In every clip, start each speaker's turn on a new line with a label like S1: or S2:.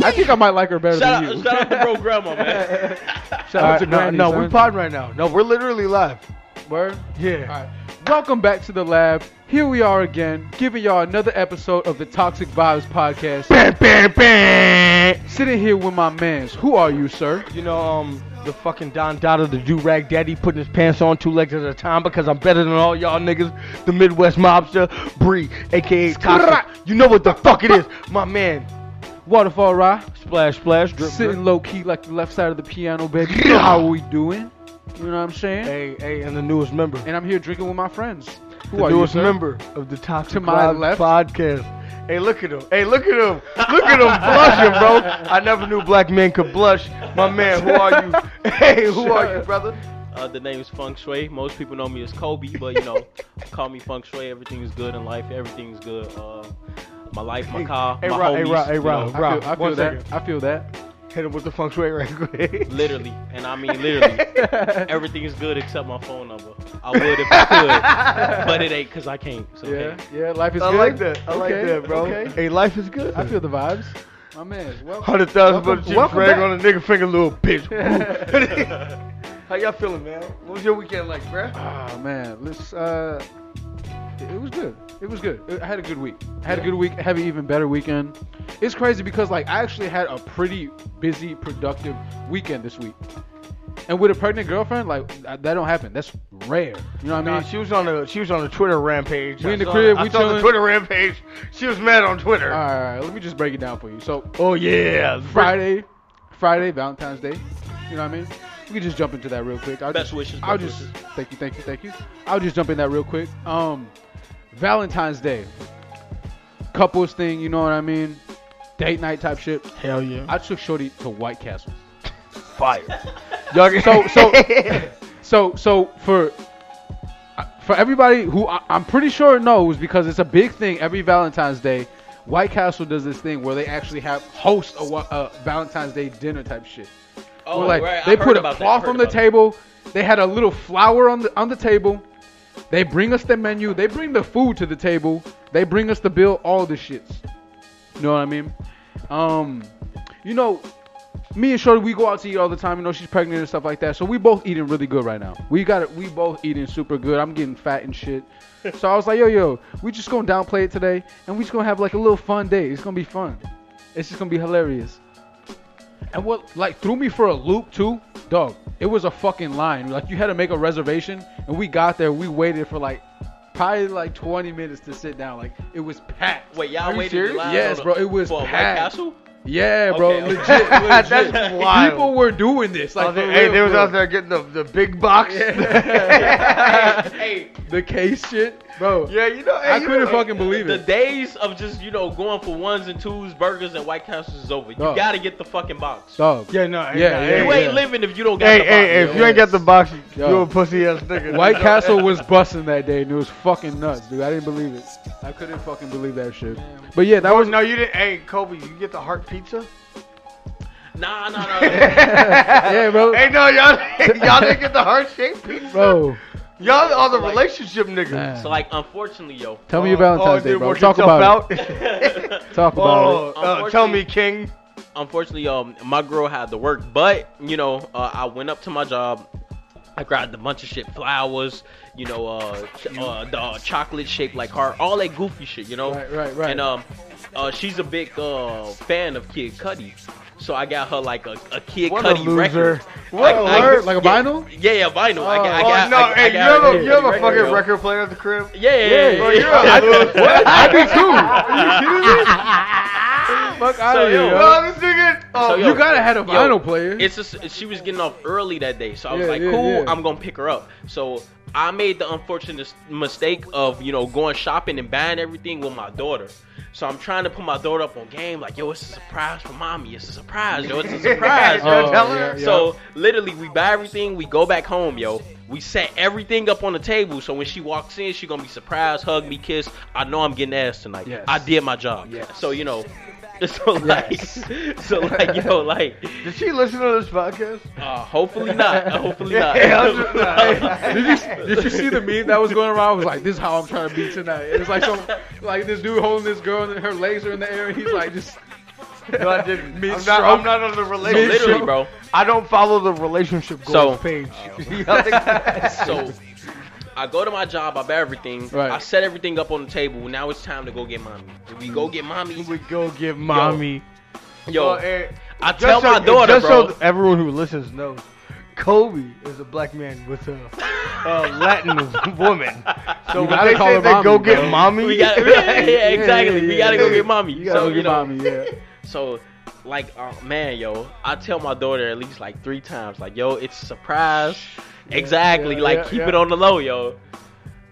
S1: I think I might like her better
S2: Shout
S1: than
S2: out,
S1: you.
S2: shout out to bro grandma, man.
S3: Shout
S1: All
S3: out
S1: right,
S3: to
S1: no,
S3: Granny.
S1: no, we
S3: son.
S1: pod right now. No, we're literally live. Word.
S3: Yeah.
S1: All right. Welcome back to the lab. Here we are again, giving y'all another episode of the Toxic Vibes podcast. Sitting here with my mans. Who are you, sir?
S3: You know, um, the fucking Don Dada, the do rag daddy, putting his pants on two legs at a time because I'm better than all y'all niggas. The Midwest mobster, Bree, aka Toxic. You know what the fuck it is, my man.
S1: Waterfall Rye.
S3: Splash, splash, drip,
S1: Sitting
S3: drip.
S1: low key like the left side of the piano, baby. You know how we doing? You know what I'm saying?
S3: Hey, hey, and the newest member,
S1: And I'm here drinking with my friends. Who
S3: the
S1: are you,
S3: newest
S1: sir?
S3: member of the Toxic
S1: To my
S3: Vibes
S1: left.
S3: podcast. Hey, look at him. Hey, look at him. Look at him blushing, bro. I never knew black men could blush. My man, who are you? Hey, who are you, brother?
S2: Uh, the name is Feng Shui. Most people know me as Kobe, but you know, call me Feng Shui. Everything is good in life. Everything is good. Uh, my life, my car,
S3: hey,
S2: my
S3: Rob, hey,
S2: homies.
S3: Rob, hey,
S2: you
S3: Rob.
S2: know,
S1: I feel, I
S3: Rob, one
S1: feel that.
S3: second.
S1: I feel that.
S3: Hit him with the feng shui right quick.
S2: literally, and I mean literally. everything is good except my phone number. I would if I could, but it ain't cause I can't. So
S1: Yeah,
S2: hey,
S1: yeah. Life is
S3: I
S1: good.
S3: like that. I like
S1: Okay,
S3: that, bro.
S1: okay.
S3: Hey, life is good.
S1: I feel the vibes. My man, welcome.
S3: hundred thousand for
S1: Welcome-
S3: the cheap
S1: welcome
S3: drag
S1: back.
S3: on a nigga finger, little bitch. How y'all feeling, man? What was your weekend like, bruh?
S1: Ah man, let's. Uh, it it was good. It was good. I had a good week. I had a good week. I have an even better weekend. It's crazy because like I actually had a pretty busy, productive weekend this week. And with a pregnant girlfriend, like I- that don't happen. That's rare. You know what I
S3: Nah,
S1: mean?
S3: she was on a she was on a Twitter rampage.
S1: We
S3: I
S1: in the
S3: saw-
S1: crib,
S3: I
S1: we
S3: saw the
S1: chilling. Uh,
S3: Twitter rampage. She was mad on Twitter.
S1: All right, all right, let me just break it down for you. So
S3: Oh yeah,
S1: Friday, Friday, Valentine's Day. You know what I mean? We can just jump into that real quick. I'll
S2: Best
S1: just,
S2: wishes,
S1: I'll
S2: best
S1: just thank you, thank you, thank you. I'll just jump in that real quick. Um, Valentine's Day, couples thing. You know what I mean? Date night type shit.
S3: Hell yeah,
S1: I took Shorty to White Castle.
S3: fire. y'all get,
S1: So- so- So, so for for everybody who I, I'm pretty sure knows because it's a big thing every Valentine's Day. White Castle does this thing where they actually have host a, wa- a Valentine's Day dinner type shit.
S2: Oh,
S1: Where, like
S2: right, I
S1: they
S2: heard
S1: put a
S2: about that, I
S1: cloth
S2: heard
S1: on the
S2: about that.
S1: table. They had a little flower on the on the table. They bring us the menu. They bring the food to the table. They bring us the bill. All the shits. You know what I mean? Um, you know, me and Shorty, we go out to eat all the time. You know, she's pregnant and stuff like that. So we both eating really good right now. We got it. We both eating super good. I'm getting fat and shit. So I was like, yo, yo, we just gonna downplay it today, and we just gonna have like a little fun day. It's gonna be fun. It's just gonna be hilarious. And what like threw me for a loop too, dog. It was a fucking line. Like you had to make a reservation, and we got there. We waited for like probably like 20 minutes to sit down. Like it was packed.
S2: Wait, y'all
S1: Are you
S2: waited
S1: serious?
S2: in line
S1: Yes,
S2: on a-
S1: bro. It was
S2: for a White
S1: packed.
S2: Castle.
S1: Yeah, bro.
S2: Okay, okay.
S1: Legit. legit.
S3: That's wild.
S1: People were doing this. Like, for
S3: hey,
S1: real,
S3: Oh, they was
S1: bro.
S3: out there getting the, the big box.
S2: Hey,
S1: The case shit, bro.
S3: yeah, you know, hey,
S1: I
S3: you
S1: couldn't
S3: know,
S1: fucking believe
S2: the
S1: it.
S2: days of just you know going for ones and twos, burgers and White Castles is over. You
S1: Dog.
S2: gotta get the fucking box.
S1: Dog.
S3: Yeah, no, hey,
S1: Yeah,
S3: nah,
S1: yeah,
S3: hey,
S2: You ain't
S1: yeah.
S2: living if you don't got
S3: Hey, hey,
S2: the box.
S3: hey,
S2: yo.
S3: if you ain't got the box,
S1: Yo.
S3: you a pussy ass nigga.
S1: White Castle was busting that day, and it was fucking nuts, dude. I didn't believe it. I couldn't fucking believe that shit. But yeah, that
S3: Oh,
S1: was
S3: no, you didn't. Hey, Kobe, you get the heart pizza?
S2: Nah, nah, nah. nah.
S1: yeah, bro.
S3: Hey, no, y'all, y'all didn't get the heart shaped pizza.
S1: Bro,
S3: Y'all are the
S2: Like-
S3: relationship niggas.
S1: Nah.
S2: so like, unfortunately, yo,
S1: tell me your
S3: Oh,
S1: Valentine's
S3: oh,
S1: Day,
S3: dude,
S1: bro.
S3: work
S1: Talk
S3: yourself
S1: about it.
S3: out.
S1: Talk
S3: oh,
S1: about it.
S3: uh, tell me, King.
S2: unfortunately, um, my girl had to work, but you know, uh, I went up to my job. I grabbed a bunch of shit, flowers, you know, uh, ch- uh the uh, chocolate shaped like heart, all that goofy shit, you know.
S1: Right, right, right.
S2: And um, uh, she's a big uh fan of Kid Cudi, so I got her like a, a Kid
S3: What a
S2: Cudi
S3: loser.
S2: record.
S3: What a
S2: I-
S1: word. Like a
S2: yeah,
S1: vinyl?
S2: Yeah, yeah, vinyl. I, got- I
S3: oh,
S2: got,
S3: no,
S2: I,
S3: hey,
S2: I
S3: you
S2: got
S3: have
S2: her
S3: a, you have a
S2: record,
S3: fucking
S2: yo.
S3: record player at the crib?
S2: Yeah, yeah, yeah.
S1: Bro,
S2: yeah.
S1: you're
S3: a loser.
S1: I do too. Are you kidding me? Fuck out
S2: So,
S1: of here.
S2: yo,
S1: yo.
S3: No, this nigga. Oh,
S2: So, yo,
S1: You gotta have a
S2: yo,
S1: vinyl player.
S2: It's just she was getting off early that day, so I was
S1: Yeah,
S2: like,
S1: yeah,
S2: "Cool,
S1: yeah.
S2: I'm gonna pick her up." So I made the unfortunate s- mistake of you know going shopping and buying everything with my daughter. So I'm trying to put my daughter up on game, like, "Yo, it's a surprise for mommy. It's a surprise, yo. It's a surprise."
S3: Yo,
S2: yo.
S1: Oh,
S3: tell
S1: yeah,
S3: her.
S1: yeah.
S2: So literally, we buy everything, we go back home, yo. We set everything up on the table, so when she walks in, she gonna be surprised, hug me, kiss. I know I'm getting ass tonight.
S1: Yes.
S2: I did my job.
S1: Yes.
S2: So you know, so like, so like, you know, like.
S3: Did she listen to this podcast?
S2: Uh, hopefully not. Uh, hopefully not.
S3: Yeah, I'm just like-
S1: Did you, did you see the meme that was going around? It was like, this is how I'm trying to be tonight. It's like some, like this dude holding this girl and her legs are in the air, and he's like just
S3: No, I didn't.
S1: Mid
S3: I'm not,
S1: stroke.
S3: I'm not on the
S2: So
S3: relationship.
S2: literally, bro.
S3: I don't follow the relationship goals
S2: So- uh,
S3: page.
S2: So I go to my job. I buy everything.
S1: Right.
S2: I set everything up on the table. Now it's time to go get mommy. We go get mommy.
S3: we go get mommy.
S2: Yo,
S3: Well, eh,
S2: I
S3: just
S2: tell
S3: so-
S2: my daughter,
S3: just
S2: bro.
S3: so everyone who listens knows, Kobe is a black man with a, a Latin woman. So
S1: You
S3: when
S1: gotta
S3: they
S1: call
S3: say
S1: her
S3: they
S1: mommy,
S3: go get
S1: bro.
S3: mommy,
S2: we got yeah, yeah, exactly.
S1: yeah,
S2: we gotta
S1: yeah.
S2: go get mommy.
S1: You
S2: so
S1: gotta
S2: you
S1: get
S2: know,
S1: mommy, yeah.
S2: So, like, uh, man, yo, I tell my daughter at least like three times, like, yo, it's a surprise. exactly.
S1: yeah,
S2: like,
S1: yeah,
S2: keep
S1: yeah.
S2: it on the low, yo.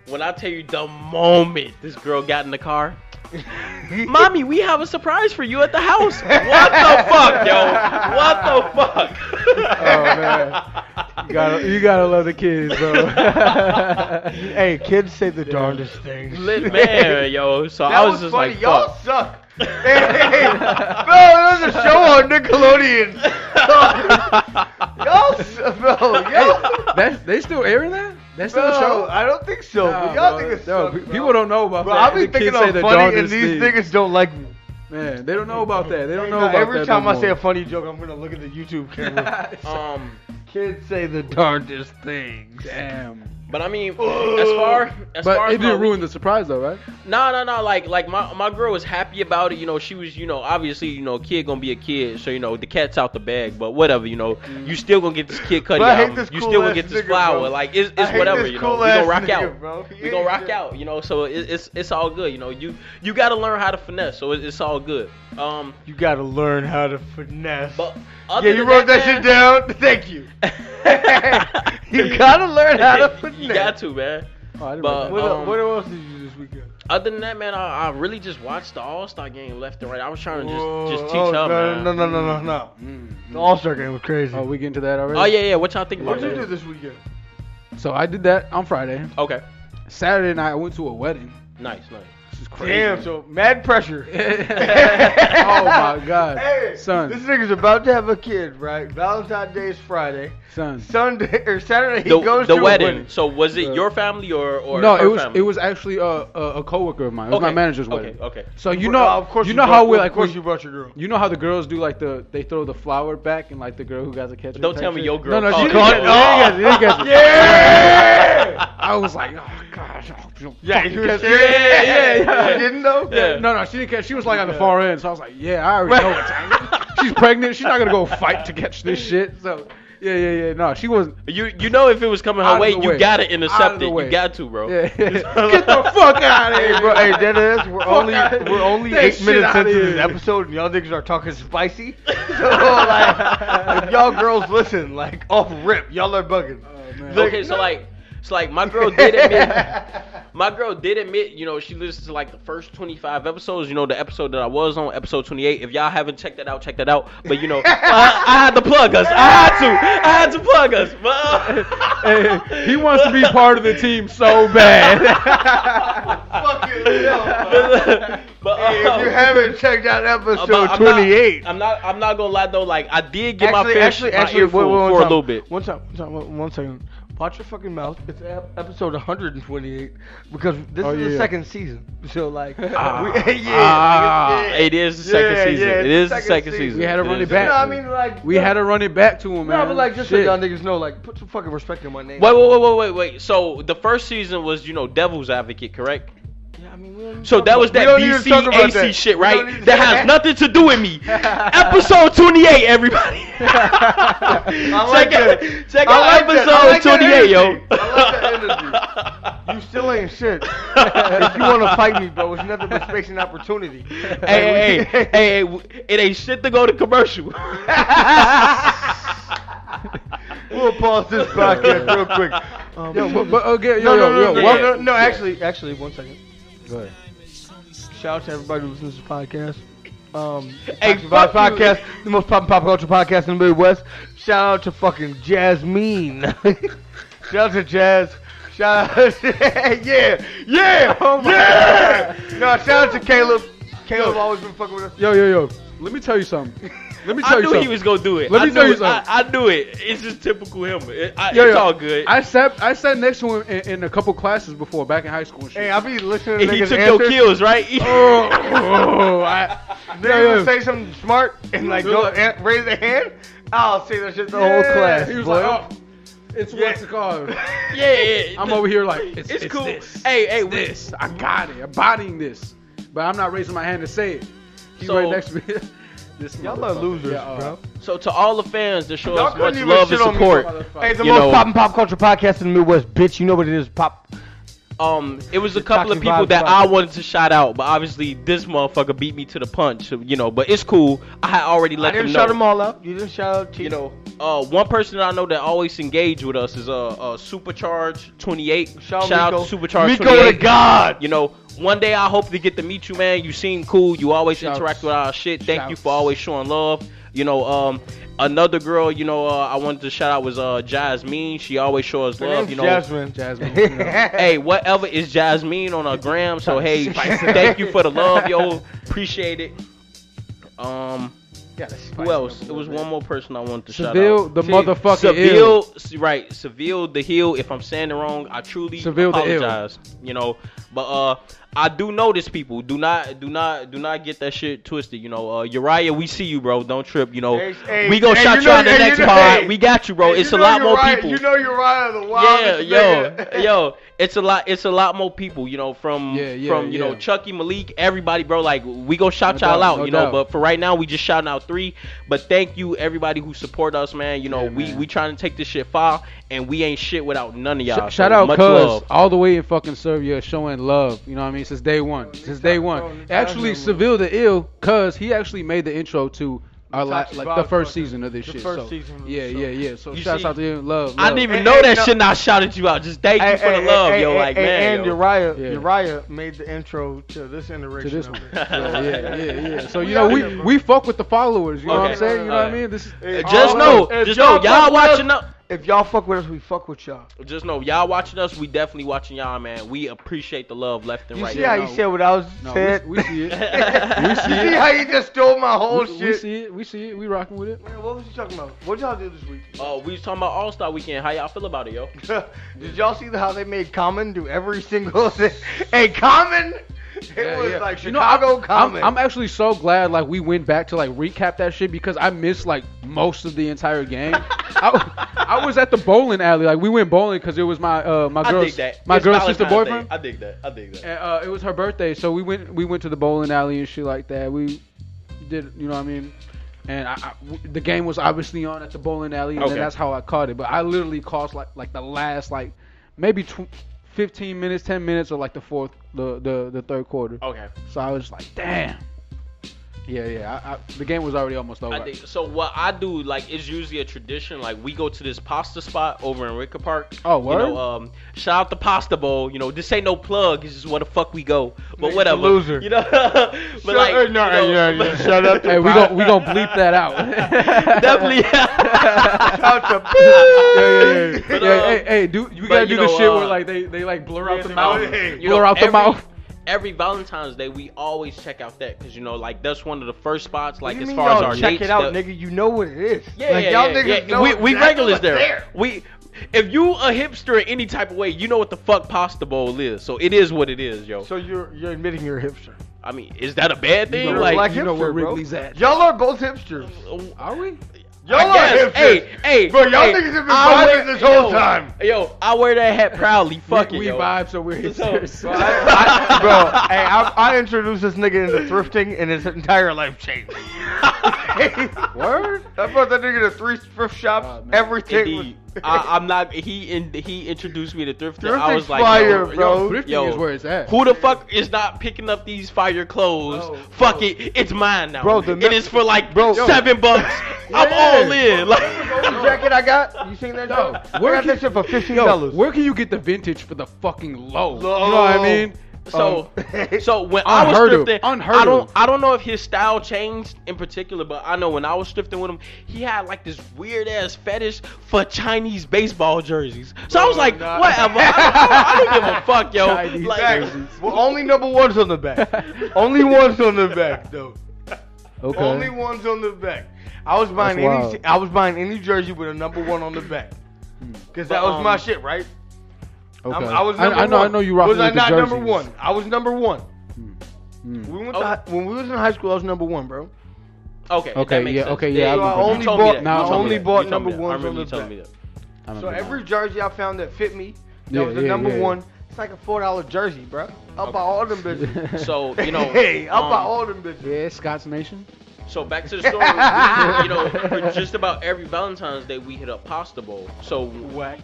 S2: When I tell you the moment this girl got in the car, mommy, we have a surprise for you at the house. What the fuck, yo? What the fuck?
S1: Oh man, you gotta you gotta love the kids, bro.
S3: hey, kids say the darndest things.
S2: Lit- man, yo. So
S3: That
S2: I
S3: was,
S2: was, just
S3: funny.
S2: like,
S3: Y'all
S2: fuck.
S3: suck. hey, hey, bro, there's a show on Nickelodeon. y'all, su- bro, y'all,
S1: That's they still airing that? That's still a
S3: bro,
S1: show.
S3: I don't think so.
S1: Nah,
S3: but
S1: bro.
S3: y'all think it's
S1: No,
S3: suck,
S1: pe-
S3: bro.
S1: People don't know about
S3: Bro,
S1: that.
S3: I'll be
S1: The kids
S3: thinking
S1: say
S3: I'm
S1: the
S3: funny, and
S1: darndest
S3: these
S1: things.
S3: niggas don't like me.
S1: Man, they don't know about that. They don't
S3: Hey,
S1: know
S3: nah,
S1: about
S3: every
S1: that
S3: time
S1: no
S3: I say a
S1: more.
S3: funny joke, I'm gonna look at the YouTube camera.
S2: Um,
S3: Kids say the darndest things.
S1: Damn.
S2: but I mean, as far as far
S1: But
S2: as
S1: it
S2: my
S1: didn't ruin the surprise though, right?
S2: No, no, no. Like, like my my girl was happy about it. You know, she was, you know, obviously, you know, kid gonna be a kid, so you know, the cat's out the bag. But whatever, you know, you still gonna get this kid Cudi
S3: Mm. But I hate
S2: album.
S3: this
S2: you
S3: cool
S2: still gonna
S3: ass
S2: get this
S3: nigga,
S2: flower.
S3: bro.
S2: Like, it's,
S3: I
S2: it's
S3: hate
S2: whatever,
S3: this
S2: you know.
S3: cool
S2: we gonna
S3: ass
S2: rock
S3: nigga,
S2: out.
S3: bro.
S2: We gonna rock
S3: Yeah.
S2: out. You know, so it, it's it's all good. You know, you you gotta learn how to finesse. So it, it's all good. Um,
S3: You gotta learn how to finesse.
S2: but
S3: yeah,
S2: other
S3: you
S2: than
S3: wrote that,
S2: man,
S3: shit down. Thank you. you gotta learn how to finesse.
S2: You got to, man.
S1: Oh, I didn't realize
S2: But-
S3: What,
S2: Um,
S3: what else did you do this weekend?
S2: Other than that, man, I, I really just watched the All Star game left and right. I was trying to just just teach
S3: oh,
S2: her,
S3: no,
S2: man.
S3: no, no, no, no, no.
S1: that. Mm.
S3: The All Star game was crazy.
S1: Oh, we get into that already?
S2: Oh yeah, yeah. What y'all think about
S3: What'd you
S2: that?
S3: do this weekend?
S1: So I did that on Friday.
S2: Okay.
S1: Saturday night I went to a wedding.
S2: Nice, nice.
S1: This is crazy.
S3: Damn, so mad pressure.
S1: oh my god.
S3: Hey,
S1: son.
S3: This nigga's about to have a kid, right? Valentine's Day is Friday.
S1: son.
S3: Sunday or Saturday he
S2: the,
S3: goes
S2: the
S3: to
S2: wedding.
S3: A wedding.
S2: So was it
S1: Yeah.
S2: your family or
S1: Uh,
S2: or
S1: no,
S2: her
S1: it was
S2: family?
S1: it was actually a, a a coworker of mine. It was my
S2: Okay,
S1: manager's
S2: okay,
S1: wedding.
S2: Okay,
S1: So you
S3: Well,
S1: know,
S3: uh, of course
S1: you
S3: you
S1: know
S3: brought-
S1: how we
S3: of
S1: like
S3: course
S1: when-
S3: you brought your girl.
S1: You know how the girls do like the they throw the flower back and like the girl who got the catch. it
S2: Don't
S1: type
S2: tell me
S1: shit?
S2: your
S1: No,
S2: girl
S1: no, she
S2: called it.
S1: didn't catch it. She didn't catch it. She didn't catch it.
S3: Yeah!
S1: I was like, oh gosh. oh, you don't
S3: Yeah,
S1: fucking
S3: you were
S1: catch it.
S3: serious?
S2: Yeah, yeah,
S1: yeah.
S3: You didn't know?
S2: Yeah.
S1: No, no, she didn't catch. She was like on the far end, so I was like, yeah, I already know what's happening. She's pregnant. She's not gonna go fight to catch this shit. So yeah, yeah, yeah. No, she wasn't.
S2: you you know if it was coming
S1: Out
S2: her
S1: of
S2: way,
S1: the
S2: you
S1: way.
S2: gotta
S1: Out of
S2: intercept
S1: the
S2: it.
S1: way.
S2: You got to, bro.
S1: Yeah. Get the fuck out of
S3: Hey,
S1: here,
S3: bro,
S1: bro.
S3: hey, dead ass, we're only we're only
S1: That
S3: eight
S1: shit
S3: minutes
S1: outta
S3: into this
S1: here.
S3: episode, and y'all niggas are talking spicy. So like, if y'all girls listen, like off rip, y'all are bugging.
S1: Oh, man.
S2: Okay, so like, so like my girl did admit, my girl did admit, you know, she listens to like the first 25 episodes. You know, the episode that I was on, episode 28. If y'all haven't checked that out, check that out. But you know, I, I had to plug us. I had to. I had to plug us. uh, But,
S1: Hey, he wants to be part of the team so bad.
S3: Fucking hell,
S2: but, but,
S3: Hey, if you
S2: um,
S3: haven't checked out episode
S2: But I'm not-
S3: 28.
S2: I'm not, I'm not. gonna lie though. Like I did get my
S3: actually,
S2: fish,
S3: actually,
S2: my
S3: actually,
S2: earful
S3: wait, wait, one
S2: for a
S3: time,
S2: little bit.
S3: One time, one time, one, one second. Watch your fucking mouth. It's ep- episode 128 because this
S1: Oh,
S3: is the
S1: yeah.
S3: second season. So like,
S1: Ah.
S3: we, yeah,
S1: Ah.
S3: yeah.
S2: It is the second
S3: Yeah,
S2: season.
S3: yeah,
S2: it is the second season.
S1: We had to
S2: It
S1: run
S2: is
S1: it back.
S3: No,
S2: the
S3: I
S2: second
S3: mean
S2: season.
S3: like
S1: we
S3: no,
S1: had to run it back to him, man.
S3: No, but like just so
S1: Shit.
S3: y'all niggas know, like put some fucking respect in my name.
S2: Wait, wait, wait, wait, wait, wait. So the first season was, you know, Devil's Advocate, correct?
S3: Yeah, I mean, we don't even
S2: So
S3: talk
S2: that was
S3: about-
S2: that
S3: we don't even talk about
S2: BC AC
S3: that.
S2: shit,
S3: We don't
S2: right?
S3: even-
S2: That has nothing to do with me. episode 28, everybody.
S3: like
S2: check out,
S3: that.
S2: check
S3: I
S2: out
S3: like that.
S2: episode
S3: I like that
S2: 28, yo.
S3: energy. I like You still ain't shit. if you want to fight me, bro, it's nothing but space and opportunity.
S2: hey, hey, hey, hey, hey, w- it ain't shit to go to commercial.
S3: We'll pause this podcast real quick. Um,
S1: Yo, but, but okay, yo,
S3: no, no,
S1: yo,
S3: no,
S1: yo,
S3: no,
S1: what-
S3: no, no, no, actually, actually, one second.
S1: Go ahead.
S3: Shout out to everybody who listens to this podcast. Um,
S2: Hey,
S3: Facts About
S2: fuck you.
S3: podcast, the most poppin' pop culture podcast in the Midwest. Shout out to fucking Jasmine. Shout out to Jazz. Shout out, yeah, Oh yeah, yeah. No, shout out to Caleb. Caleb always been fucking with us.
S1: yo, yo, yo. Let me tell you something. Let me tell
S2: I
S1: you
S2: knew
S1: something.
S2: he was gonna do it.
S1: Let
S2: I
S1: me tell
S2: knew
S1: you
S2: it. I,
S1: something.
S2: I knew it. It's just typical him. It- I-
S1: Yo,
S2: it's
S1: yo,
S2: all good.
S1: I sat I sat next to him in, in a couple classes before back in high school. And shit.
S3: Hey, I be listening to
S2: and he
S3: niggas
S2: took
S3: answer.
S2: your kills, right? He-
S1: oh, oh, I,
S3: They
S1: Yeah, yeah.
S3: would say something smart and like go
S1: Yeah.
S3: an- raise their hand. I'll say that shit the
S1: Yeah.
S3: whole class.
S1: He was
S3: boy.
S1: like, oh, it's what's it called.
S2: yeah, yeah.
S1: I'm
S2: The-
S1: over here like it's,
S2: It's
S1: it's
S2: cool.
S1: This.
S2: Hey, hey,
S1: It's
S2: we-
S1: this. I got it. I'm bodying this, but I'm not raising my hand to say it. He's
S2: So-
S1: right next to me. this
S3: Y'all are
S1: motherfucker.
S3: losers,
S1: Yeah, uh,
S3: bro.
S2: So to all the fans that show
S3: Y'all
S2: us much
S3: couldn't even
S2: love and
S3: shit on me,
S2: support,
S1: motherfucker.
S3: Hey, the
S2: You
S3: most
S2: know-
S3: popping pop culture podcast in the Midwest, bitch. You know what it is, pop.
S2: um, it was a couple of
S3: Toxic
S2: people
S3: vibes,
S2: that
S3: bro.
S2: I wanted to shout out, but obviously this motherfucker beat me to the punch, so, you know. But it's cool. I had already
S3: I
S2: let
S3: didn't
S2: them
S3: shout
S2: know.
S3: them all out. You didn't shout out T.
S2: you know, uh, one person that I know that always engage with us is uh, uh Supercharge Twenty Eight. Shout, out to Supercharge
S3: Miko
S2: Twenty
S3: to
S2: Eight.
S3: God.
S2: You know, one day I hope to get to meet you, man. You seem cool. You always
S1: Shouts.
S2: interact with our shit. Thank you
S1: Shouts.
S2: for always showing love. You know, um, another girl, you know, uh, I wanted to shout out was uh Jasmine. She always shows
S3: Her
S2: love.
S3: name's
S2: You know,
S3: Jasmine.
S1: Jasmine, you know.
S2: hey, whatever is Jasmine on our gram. So hey, thank you for the love, yo. Appreciate it. Um,
S1: gotta spice
S2: who
S1: it up
S2: else?
S1: a
S2: It
S1: little
S2: was
S1: bit.
S2: one more person I wanted to shout
S1: Seville,
S2: out.
S1: the
S3: See,
S1: motherfucker.
S2: Seville, s- right? Seville the heel. If I'm saying it wrong, I truly
S1: Seville the Hill.
S2: apologize. You know, but uh, I do notice people. Do not, do not, do not get that shit twisted. You know, uh, Uriah, we see you, bro. Don't trip. You know,
S3: Hey, hey,
S2: we gonna
S3: hey,
S2: shout
S3: you
S2: you,
S3: know-
S2: out the
S3: hey, you
S2: next
S3: know-
S2: pod.
S3: hey,
S2: we got you, bro.
S3: Hey,
S2: it's
S3: you
S2: a
S3: know
S2: lot
S3: you're
S2: more
S3: right.
S2: people.
S3: You know you're right. The
S2: Yeah,
S3: wildest
S2: yo,
S3: nigga.
S2: yo, it's a lot. It's a lot more people, you know, from
S1: Yeah, yeah,
S2: from you
S1: yeah.
S2: know Chucky Malik, everybody, bro. Like we gonna shout
S1: No
S2: y'all
S1: doubt,
S2: out,
S1: no
S2: you know.
S1: doubt.
S2: But for right now, we just shouting out three. But thank you everybody who support us, man. You know,
S1: Yeah,
S2: we
S1: man.
S2: we trying to take this shit far, and we ain't shit without none of
S1: Sh-
S2: y'all.
S1: shout
S2: So
S1: out
S2: much
S1: Cuz
S2: love.
S1: all the way in fucking Serbia showing love. You know what I mean? Since day one. Since day one. Actually, Seville the Ill, Cuz he actually made the intro to our la-
S3: Toxic
S1: like the
S3: Vibes
S1: first
S3: fucking-
S1: season of this
S3: the
S1: shit.
S3: first
S1: so,
S3: season of the
S1: yeah,
S3: show.
S1: yeah, yeah. So
S2: You
S1: shouts
S2: see,
S1: out to him. Love.
S2: I
S1: love.
S2: didn't even
S3: Hey,
S2: know
S3: hey,
S2: that
S3: no-
S2: shit. And I shouted you out. Just thank you for the love, yo.
S3: hey,
S2: like
S3: hey,
S2: man,
S3: and
S2: yo.
S3: Uriah,
S1: Yeah.
S3: Uriah made the intro to this iteration.
S1: to this
S3: of
S1: one.
S3: it.
S1: yeah, yeah, yeah, yeah. So
S3: We
S1: you know
S3: out
S1: we
S3: here, bro.
S1: we fuck with the followers. You know what
S2: Okay.
S1: I'm saying? You know what I
S2: Alright.
S1: mean? This is
S3: Hey,
S2: Just
S3: all
S2: know,
S3: of us, if
S2: just know, y'all
S3: fuck with
S2: watching
S3: us,
S2: up.
S3: If y'all fuck with us, we fuck with y'all.
S2: Just know, y'all watching us. We definitely watching y'all, man. We appreciate the love left and
S3: You
S2: right.
S3: see
S1: yeah,
S3: how you
S1: no.
S3: said what I was
S1: no,
S3: said?
S1: we, we see it.
S3: you see how you just stole my whole
S1: we,
S3: shit?
S1: we see it. We see it. We rocking with it.
S3: Man, what was you talking about? What y'all do this week?
S2: Uh, we was talking about All Star Weekend. How y'all feel about it, yo?
S3: Did y'all see how they made Common do every single thing? Hey, Common! It
S1: Yeah,
S3: was
S1: yeah.
S3: like
S1: You know,
S3: Chicago Common.
S1: I'm, I'm actually so glad like we went back to like recap that shit because I missed like most of the entire game. I, I was at the bowling alley like we went bowling because it was my uh my
S2: I
S1: girl's
S2: dig that.
S1: my
S2: It's
S1: girl's
S2: Valentine's
S1: sister
S2: Day.
S1: boyfriend.
S2: I dig that. I dig that.
S1: And, uh, it was her birthday, so we went we went to the bowling alley and shit like that. We did you know what I mean. And I, I w the game was obviously on at the bowling alley, and
S2: Okay.
S1: then that's how I caught it. But I literally caught like like the last like maybe tw- 15 minutes, 10 minutes, or like the fourth, the the, the third quarter.
S2: Okay.
S1: So I was like, damn. Yeah, yeah. I, I, the game was already almost over.
S2: I dig, so what I do like is usually a tradition. Like we go to this pasta spot over in Ricker Park.
S1: Oh,
S2: You
S1: word?
S2: know, um, shout out to Pasta Bowl. You know, this ain't no plug. It's just where the fuck we go. But
S3: Nigga's a
S2: whatever.
S3: loser.
S2: You know. but like,
S3: uh, no,
S2: you know,
S3: yeah, yeah, shout out to
S1: hey, we gon' we gon' bleep that out.
S2: definitely. Um,
S3: out to
S1: Yeah, yeah, yeah.
S2: But,
S1: Yeah,
S2: um,
S1: hey, hey, do you
S2: but,
S1: gotta
S2: you
S1: do the
S2: know,
S1: shit
S2: uh,
S1: where like they, they like blur out
S3: Yeah,
S1: the
S3: they-
S1: mouth,
S3: hey,
S1: blur out the
S2: every-
S1: mouth.
S2: Every Valentine's Day, we always check out that because you know, like that's one of the first spots. Like
S3: you
S2: as
S3: mean
S2: far as
S3: y'all
S2: our
S3: check
S2: dates,
S3: it out,
S2: the-
S3: nigga. You know what it is.
S2: Yeah,
S3: like,
S2: yeah,
S3: y'all
S2: yeah,
S3: niggas
S2: yeah.
S3: know
S2: we we
S3: exactly
S2: regulars
S3: what's
S2: there. We if you a hipster in any type of way, you know what the fuck pasta bowl is. So it is what it is, yo.
S3: So you're you're admitting you're a hipster.
S2: I mean, is that a bad thing?
S3: You're a
S2: like,
S3: black
S1: you know
S3: hipster,
S1: where
S3: bro.
S1: Wrigley's at.
S3: Y'all are both hipsters.
S1: Are we?
S3: Y'all
S2: I
S3: are
S2: guess.
S3: hipsters.
S2: Hey, hey,
S3: Bro, y'all
S2: hey,
S3: niggas have been
S2: I
S3: vibing
S2: wear-
S3: this whole
S2: yo,
S3: time.
S2: Yo, I wear that hat proudly. Fuck
S1: we
S2: it,
S1: we
S2: yo.
S1: vibe, so we're
S2: So-
S1: so,
S3: I- bro, hey, I, I introduced this nigga into thrifting and his entire life changed.
S1: Word?
S3: I brought that nigga to three thrift shops.
S1: Oh, man. Uh,
S3: everything
S2: Indeed.
S3: was.
S2: I, I'm not. He in, he introduced me to thrifting.
S3: Thrifting's
S2: I was like,
S3: fire,
S2: yo,
S3: bro.
S1: Yo, thrifting
S2: Yo.
S1: is where it's at.
S2: Who the fuck is not picking up these fire clothes?
S3: Bro,
S2: Fuck it, it's mine now.
S3: Bro, the
S2: it
S3: mess-
S2: is for like
S3: Bro.
S2: seven bucks. I'm
S3: Yeah.
S2: all in.
S3: The
S2: Like,
S3: jacket I got, you seen that?
S1: Yo,
S3: joke? I
S1: where
S3: got
S1: can-
S3: that shit for fifteen
S1: Yo,
S3: dollars.
S1: where can you get the vintage for the fucking low?
S3: Low.
S1: You know what I mean?
S2: so,
S3: Um,
S2: so when I was
S1: unheard of,
S2: thrifting,
S1: unheard
S2: I don't,
S1: of.
S2: I don't know if his style changed in particular, but I know when I was thrifting with him, he had like this weird ass fetish for Chinese baseball jerseys. So I was
S3: Bro,
S2: like,
S3: nah.
S2: whatever. I don't, I don't give a fuck, yo.
S1: Chinese
S2: like,
S1: jerseys.
S3: Well, only number ones on the back. only ones on the back, though.
S1: Okay.
S3: Only ones on the back. I was
S1: That's
S3: buying any.
S1: wild. Hmm.
S3: I was buying any jersey with a number one on the back. Cause that
S2: But,
S3: was my
S2: um,
S3: shit, right?
S1: okay.
S3: I'm- i was
S1: I,
S3: number
S1: know.
S3: one.
S1: I know you rocking
S3: Was I
S1: with the
S3: not
S1: jerseys.
S3: number one? I was number one.
S1: Mm.
S3: We went
S2: Oh.
S3: to hi- when we was in high school. I was number one, bro.
S1: Uh-huh.
S2: Okay.
S1: Okay,
S2: That makes
S1: yeah,
S2: sense.
S1: okay, yeah, I
S2: You
S1: remember
S2: only
S1: that.
S2: told
S1: You
S2: me
S1: told
S2: that.
S1: me that.
S2: You
S1: I
S2: told me
S1: only
S2: that.
S3: bought
S2: You told
S3: number
S2: me that. I
S3: ones on
S2: remember you
S3: the
S2: telling me
S3: back.
S2: that.
S1: I remember
S3: So
S1: that.
S3: every jersey I found that fit me, that
S1: Yeah,
S3: was the
S1: yeah,
S3: number
S1: yeah.
S3: one. It's like a four dollar jersey, bro. I'll buy all them bitches.
S2: So you know,
S3: hey, I'll buy
S2: um,
S3: all them bitches.
S1: yeah, Scots Nation.
S2: So back to the story. you know, for just about every Valentine's Day we hit up Pasta Bowl. So
S3: Whack.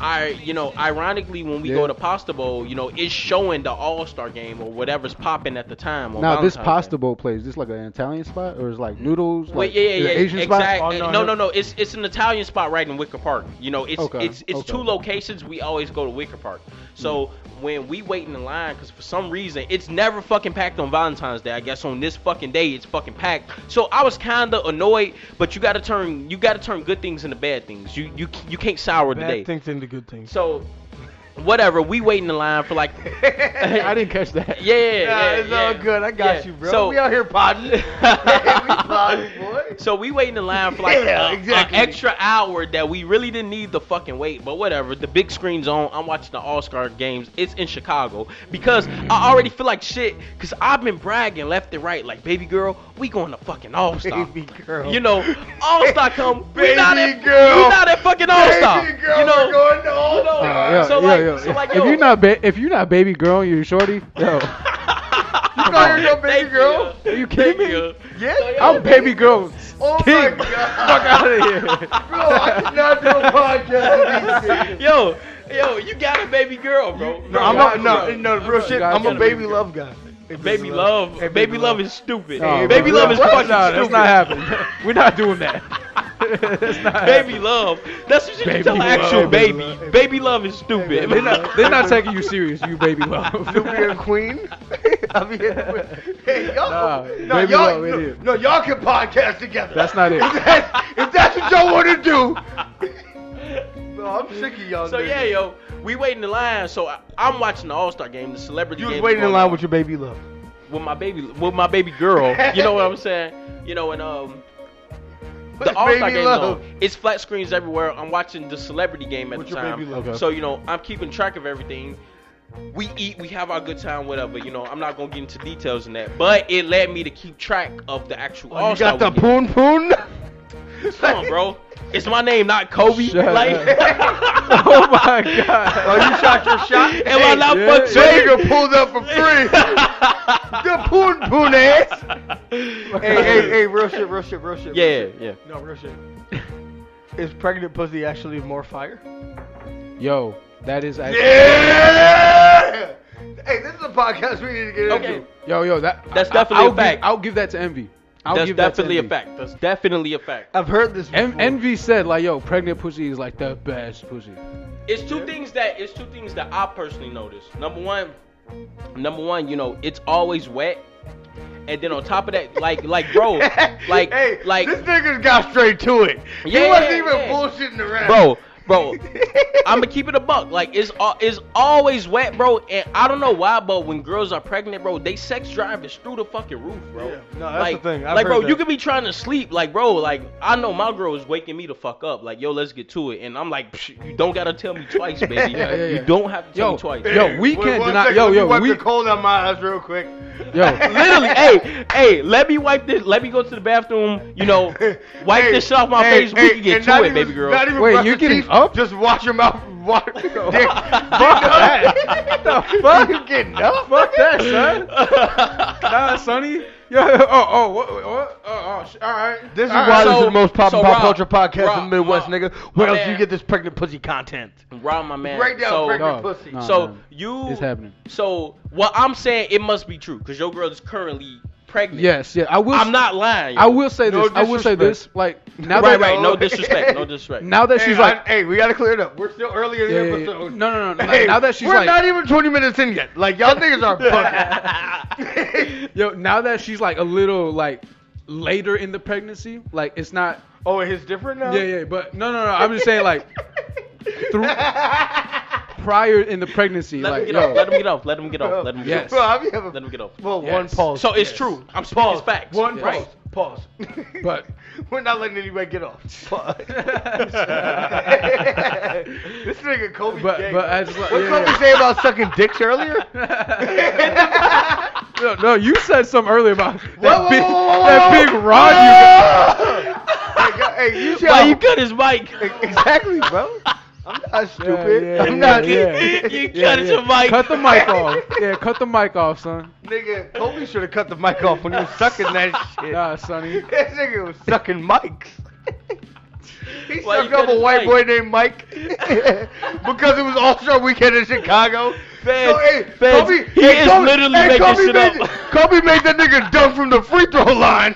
S2: I, you know, ironically when we
S1: Yeah.
S2: go to Pasta Bowl, you know, it's showing the All Star game or whatever's popping at the time. on
S1: Now this
S2: Valentine's
S1: pasta
S2: Day.
S1: bowl place, is this like an Italian spot or is it like noodles? Like
S2: Wait, yeah, yeah,
S1: is it
S2: yeah,
S1: Asian
S2: exact-
S1: spot.
S3: Oh, no,
S2: no,
S3: no.
S2: no, no. It's it's an Italian spot right in Wicker Park. You know, it's
S1: Okay,
S2: it's it's
S1: okay.
S2: two locations. We always go to Wicker Park. So
S3: Mm-hmm.
S2: when we wait in the line, because for some reason it's never fucking packed on Valentine's Day. I guess on this fucking day it's fucking packed. So I was kind of annoyed, but you gotta turn you gotta turn good things into bad things. You you you can't sour the day.
S3: Bad things into good things.
S2: So whatever, we wait in the line for like
S1: I didn't catch that.
S2: yeah, yeah, yeah,
S3: Nah, it's
S2: yeah.
S3: all good. I got
S2: Yeah.
S3: you, bro.
S2: So-
S3: we out here potting. we potting, boy.
S2: So we waiting in line for like
S3: Yeah,
S2: a- a
S3: exactly.
S2: extra hour that we really didn't need the fucking wait, but whatever. The big screen's on. I'm watching the All Star games. It's in Chicago because I already feel like shit because I've been bragging left and right like, baby girl, we going to fucking All Star.
S3: Baby girl.
S2: You know, All Star come.
S3: Baby
S2: we not at,
S3: girl.
S2: We not at fucking All Star.
S3: Baby girl,
S2: You know.
S3: we're going to all
S2: you know,
S3: Star.
S1: Yeah,
S2: So
S1: yeah,
S2: like-
S1: yeah.
S2: so like,
S1: if
S2: yo.
S1: you're not ba- if you're not baby girl, and you're shorty. Yo,
S3: You know you're no
S2: Thank
S3: baby girl.
S2: You.
S1: Are you kidding
S2: Thank
S1: me?
S2: you.
S3: Yeah.
S1: I'm baby girl.
S3: Oh my
S1: King.
S3: god.
S1: Fuck out of here.
S3: Bro, I cannot do a podcast with these
S2: Yo, yo, you got a baby girl, bro.
S3: No,
S2: Bro,
S3: I'm
S2: got
S3: not,
S2: a
S3: no,
S2: girl.
S3: no, real shit.
S1: God,
S3: I'm
S1: you
S3: a
S1: gotta
S3: baby love guy. Hey,
S2: Baby love,
S3: Hey,
S2: baby love is stupid.
S1: No,
S2: baby
S1: Oh, bro.
S2: love is
S1: No,
S2: fucking
S1: no,
S2: stupid.
S1: That's not happening. We're not doing that. That's not happening.
S2: Baby love. That's what you
S1: Baby
S2: should tell an
S1: love.
S2: actual
S3: Baby
S2: baby.
S3: love.
S2: Baby, love is stupid.
S1: They're not, they're not taking you serious, you baby love.
S3: Nubian queen. I mean, hey, y'all,
S1: Nah,
S3: no,
S1: baby
S3: y'all,
S1: love, it
S3: no,
S1: is.
S3: no, y'all can podcast together.
S1: That's not it.
S3: If that's, if that's what y'all want to do, no, I'm sick of y'all.
S2: so
S3: niggas.
S2: yeah, yo, we waiting in line. So I, I'm watching the All Star game, the celebrity
S3: you was
S2: game.
S3: waiting in
S2: going
S3: line
S2: on.
S3: with your baby love.
S2: with my baby with my baby girl. You know what I'm saying? You know, and um, the All Star
S3: baby
S2: game
S3: love.
S2: though, it's flat screens everywhere. I'm watching the celebrity game at
S3: With
S2: the
S3: your
S2: time,
S3: baby love.
S1: Okay.
S2: so you know I'm keeping track of everything. We eat, we have our good time, whatever. You know, I'm not gonna get into details in that, but it led me to keep track of the actual
S3: Oh,
S2: All
S3: you
S2: Star.
S3: got the poon poon.
S2: Come on, bro. It's my name, not Kobe.
S1: Shut
S2: like,
S1: oh my god.
S3: Oh, you shot your shot.
S2: Am I not
S1: yeah,
S2: fucked
S1: yeah.
S2: up?
S3: Nigga pulled up for free. the poon poon ass. hey, hey, hey, real shit, real shit, real shit. real
S2: Yeah,
S3: shit.
S2: yeah.
S3: No, real shit. Is pregnant pussy actually more fire?
S1: Yo, that is actually.
S3: Yeah. Hey, this is a podcast we need to get
S2: Okay.
S3: into.
S1: Yo, yo, that
S2: That's definitely
S1: I'll
S2: a fact.
S1: Give, I'll give that to Envy. I'll
S2: That's
S1: give that to
S2: definitely a
S1: Envy.
S2: fact. That's definitely a fact.
S3: I've heard this.
S1: En-
S3: before.
S1: Envy said like, yo, pregnant pussy is like the best pussy.
S2: It's two things that it's two things that I personally noticed. Number one, number one, you know, it's always wet. And then on top of that, like, like, bro, like,
S3: hey,
S2: like,
S3: this nigga's got straight to it. he
S2: Yeah,
S3: wasn't
S2: yeah,
S3: even
S2: yeah.
S3: bullshitting around,
S2: bro, bro, I'm gonna keep it a buck. Like, it's al- it's always wet, bro. And I don't know why, but when girls are pregnant, bro, they sex drive is through the fucking roof, bro.
S3: Yeah. No, that's the
S2: like,
S3: thing. I've
S2: like, bro,
S3: heard
S2: you
S3: that.
S2: could be trying to sleep, like, bro, like, I know my girl is waking me the fuck up, like, yo, let's get to it. And I'm like, Psh, you don't gotta tell me twice, baby.
S1: Yeah, yeah, yeah.
S2: You don't have to tell
S1: Yo,
S2: me twice.
S1: yo, we
S3: Wait,
S1: can't
S3: one
S1: deny-
S3: second,
S1: yo,
S3: let me
S1: yo,
S3: wipe
S1: we-
S3: the cold out my eyes real quick.
S1: Yo,
S2: Literally, hey, hey, let me wipe this. Let me go to the bathroom. You know, wipe
S3: Hey,
S2: this off my
S3: hey,
S2: face. We
S3: hey,
S2: can get
S3: and not
S2: to it,
S3: even-
S2: baby girl.
S3: Not even
S1: Wait,
S3: brush
S1: you
S3: your
S1: getting
S3: teeth,
S1: up?
S3: Just wash your mouth. Wash, dick. Fuck
S1: that. The fuck?
S3: You getting up?
S1: Fuck that, son. nah, Sonny. Yo, oh, oh, what, what, oh, oh, sh- all right.
S3: This is
S1: All right,
S3: why
S1: so-
S3: this is the most
S2: so
S3: popular pop
S2: Rob,
S3: culture podcast in
S2: Rob,
S3: the Midwest,
S2: Rob,
S3: nigga. Where
S2: my
S3: else do you
S2: man.
S3: get this pregnant pussy content?
S2: Rob, my man.
S3: Break down
S2: so,
S3: pregnant
S1: Dog,
S3: pussy.
S1: nah,
S2: so
S1: nah.
S2: you.
S1: oh. It's happening.
S2: So what I'm saying, it must be true because your girl is currently pregnant.
S1: Yes, yeah. I will.
S2: I'm not lying.
S1: I will say
S3: No
S1: this. I will say this.
S3: disrespect.
S1: Like now
S2: right,
S1: that
S2: right. No disrespect. No disrespect.
S1: now that
S3: Hey,
S1: she's
S3: I-
S1: like,
S3: hey, we gotta clear it up. We're still early in
S1: Yeah,
S3: the
S1: yeah, yeah.
S3: episode.
S1: No, no, no, like, now that she's
S3: we're
S1: like-
S3: not even 20 minutes in yet. Like y'all niggas are fucking.
S1: yo, now that she's like a little like later in the pregnancy, like it's not.
S3: oh, it is different now.
S1: Yeah, yeah. But no, no, no. I'm just saying like through prior in the pregnancy,
S2: let
S1: like
S2: him get
S1: yo,
S2: off. Let him get off. Let him get off. Let him get
S1: Yes.
S2: off.
S3: Bro, I be having.
S2: Let him get off.
S3: Well,
S1: Yes.
S3: one pause.
S2: So it's
S3: Yes.
S2: true. I'm speaking
S3: Pause.
S2: facts.
S3: One
S2: right.
S3: pause. Pause.
S1: But-
S3: we're not letting anybody get off. Pause. this nigga Kobe.
S1: But-
S3: gay,
S1: but
S3: bro.
S1: I just like-
S3: what
S1: yeah,
S3: Kobe
S1: yeah.
S3: say about sucking dicks earlier?
S1: No, no, you said something earlier about that
S3: whoa,
S1: big,
S3: whoa, whoa, whoa,
S1: that
S3: whoa.
S1: big rod you got.
S3: hey, go- hey, you
S2: Why
S3: shout-
S2: you cut his mic?
S3: Exactly, bro. I'm not stupid.
S1: yeah,
S3: I'm
S1: yeah,
S3: not.
S1: yeah.
S2: you cut his mic.
S1: Cut the mic off. Yeah, cut the mic off, son.
S3: Nigga, Kobe should have cut the mic off when he was sucking that shit.
S1: Nah, sonny.
S3: That nigga was sucking mics. He
S2: Why you
S3: sucked up
S2: cut
S3: a
S2: his
S3: white
S2: mic?
S3: boy named Mike because it was All Star Weekend in Chicago.
S2: Feds,
S3: So, hey,
S2: feds,
S3: Kobe,
S2: he
S3: hey,
S2: is
S3: Kobe-
S2: literally
S3: hey,
S2: making
S3: Kobe
S2: shit
S3: made,
S2: up.
S3: Kobe made that nigga dunk from the free throw line.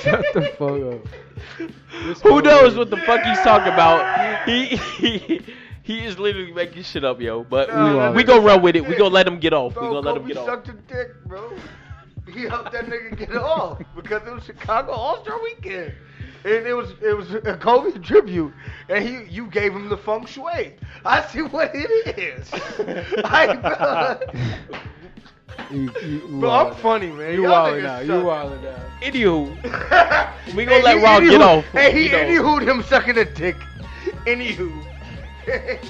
S1: Shut the fuck up. This
S2: Who
S1: fuck
S2: knows
S1: up.
S2: what the fuck he's talking about? He he, he is literally making shit up, yo. But
S1: No,
S2: we,
S1: no,
S2: we
S1: no.
S2: gonna run with it. We gonna let him get off. We
S3: Bro,
S2: gonna let him
S3: Kobe
S2: get off.
S3: sucked a dick, bro. He helped that nigga get off because it was Chicago All Star Weekend, and it was it was a Kobe tribute, and he you gave him the feng shui. I see what it is. I,
S1: You, you, you
S3: bro, I'm
S1: wild.
S3: funny, man.
S1: You
S3: Y'all
S1: wildin'
S3: niggas
S1: out. You
S3: suck.
S1: wildin' out.
S2: Anywho, we gonna
S3: Hey,
S2: let
S3: he
S2: Rob get
S3: anywho-
S2: off.
S3: Hey, he
S2: you know.
S3: anywho'd him sucking a dick. Anywho.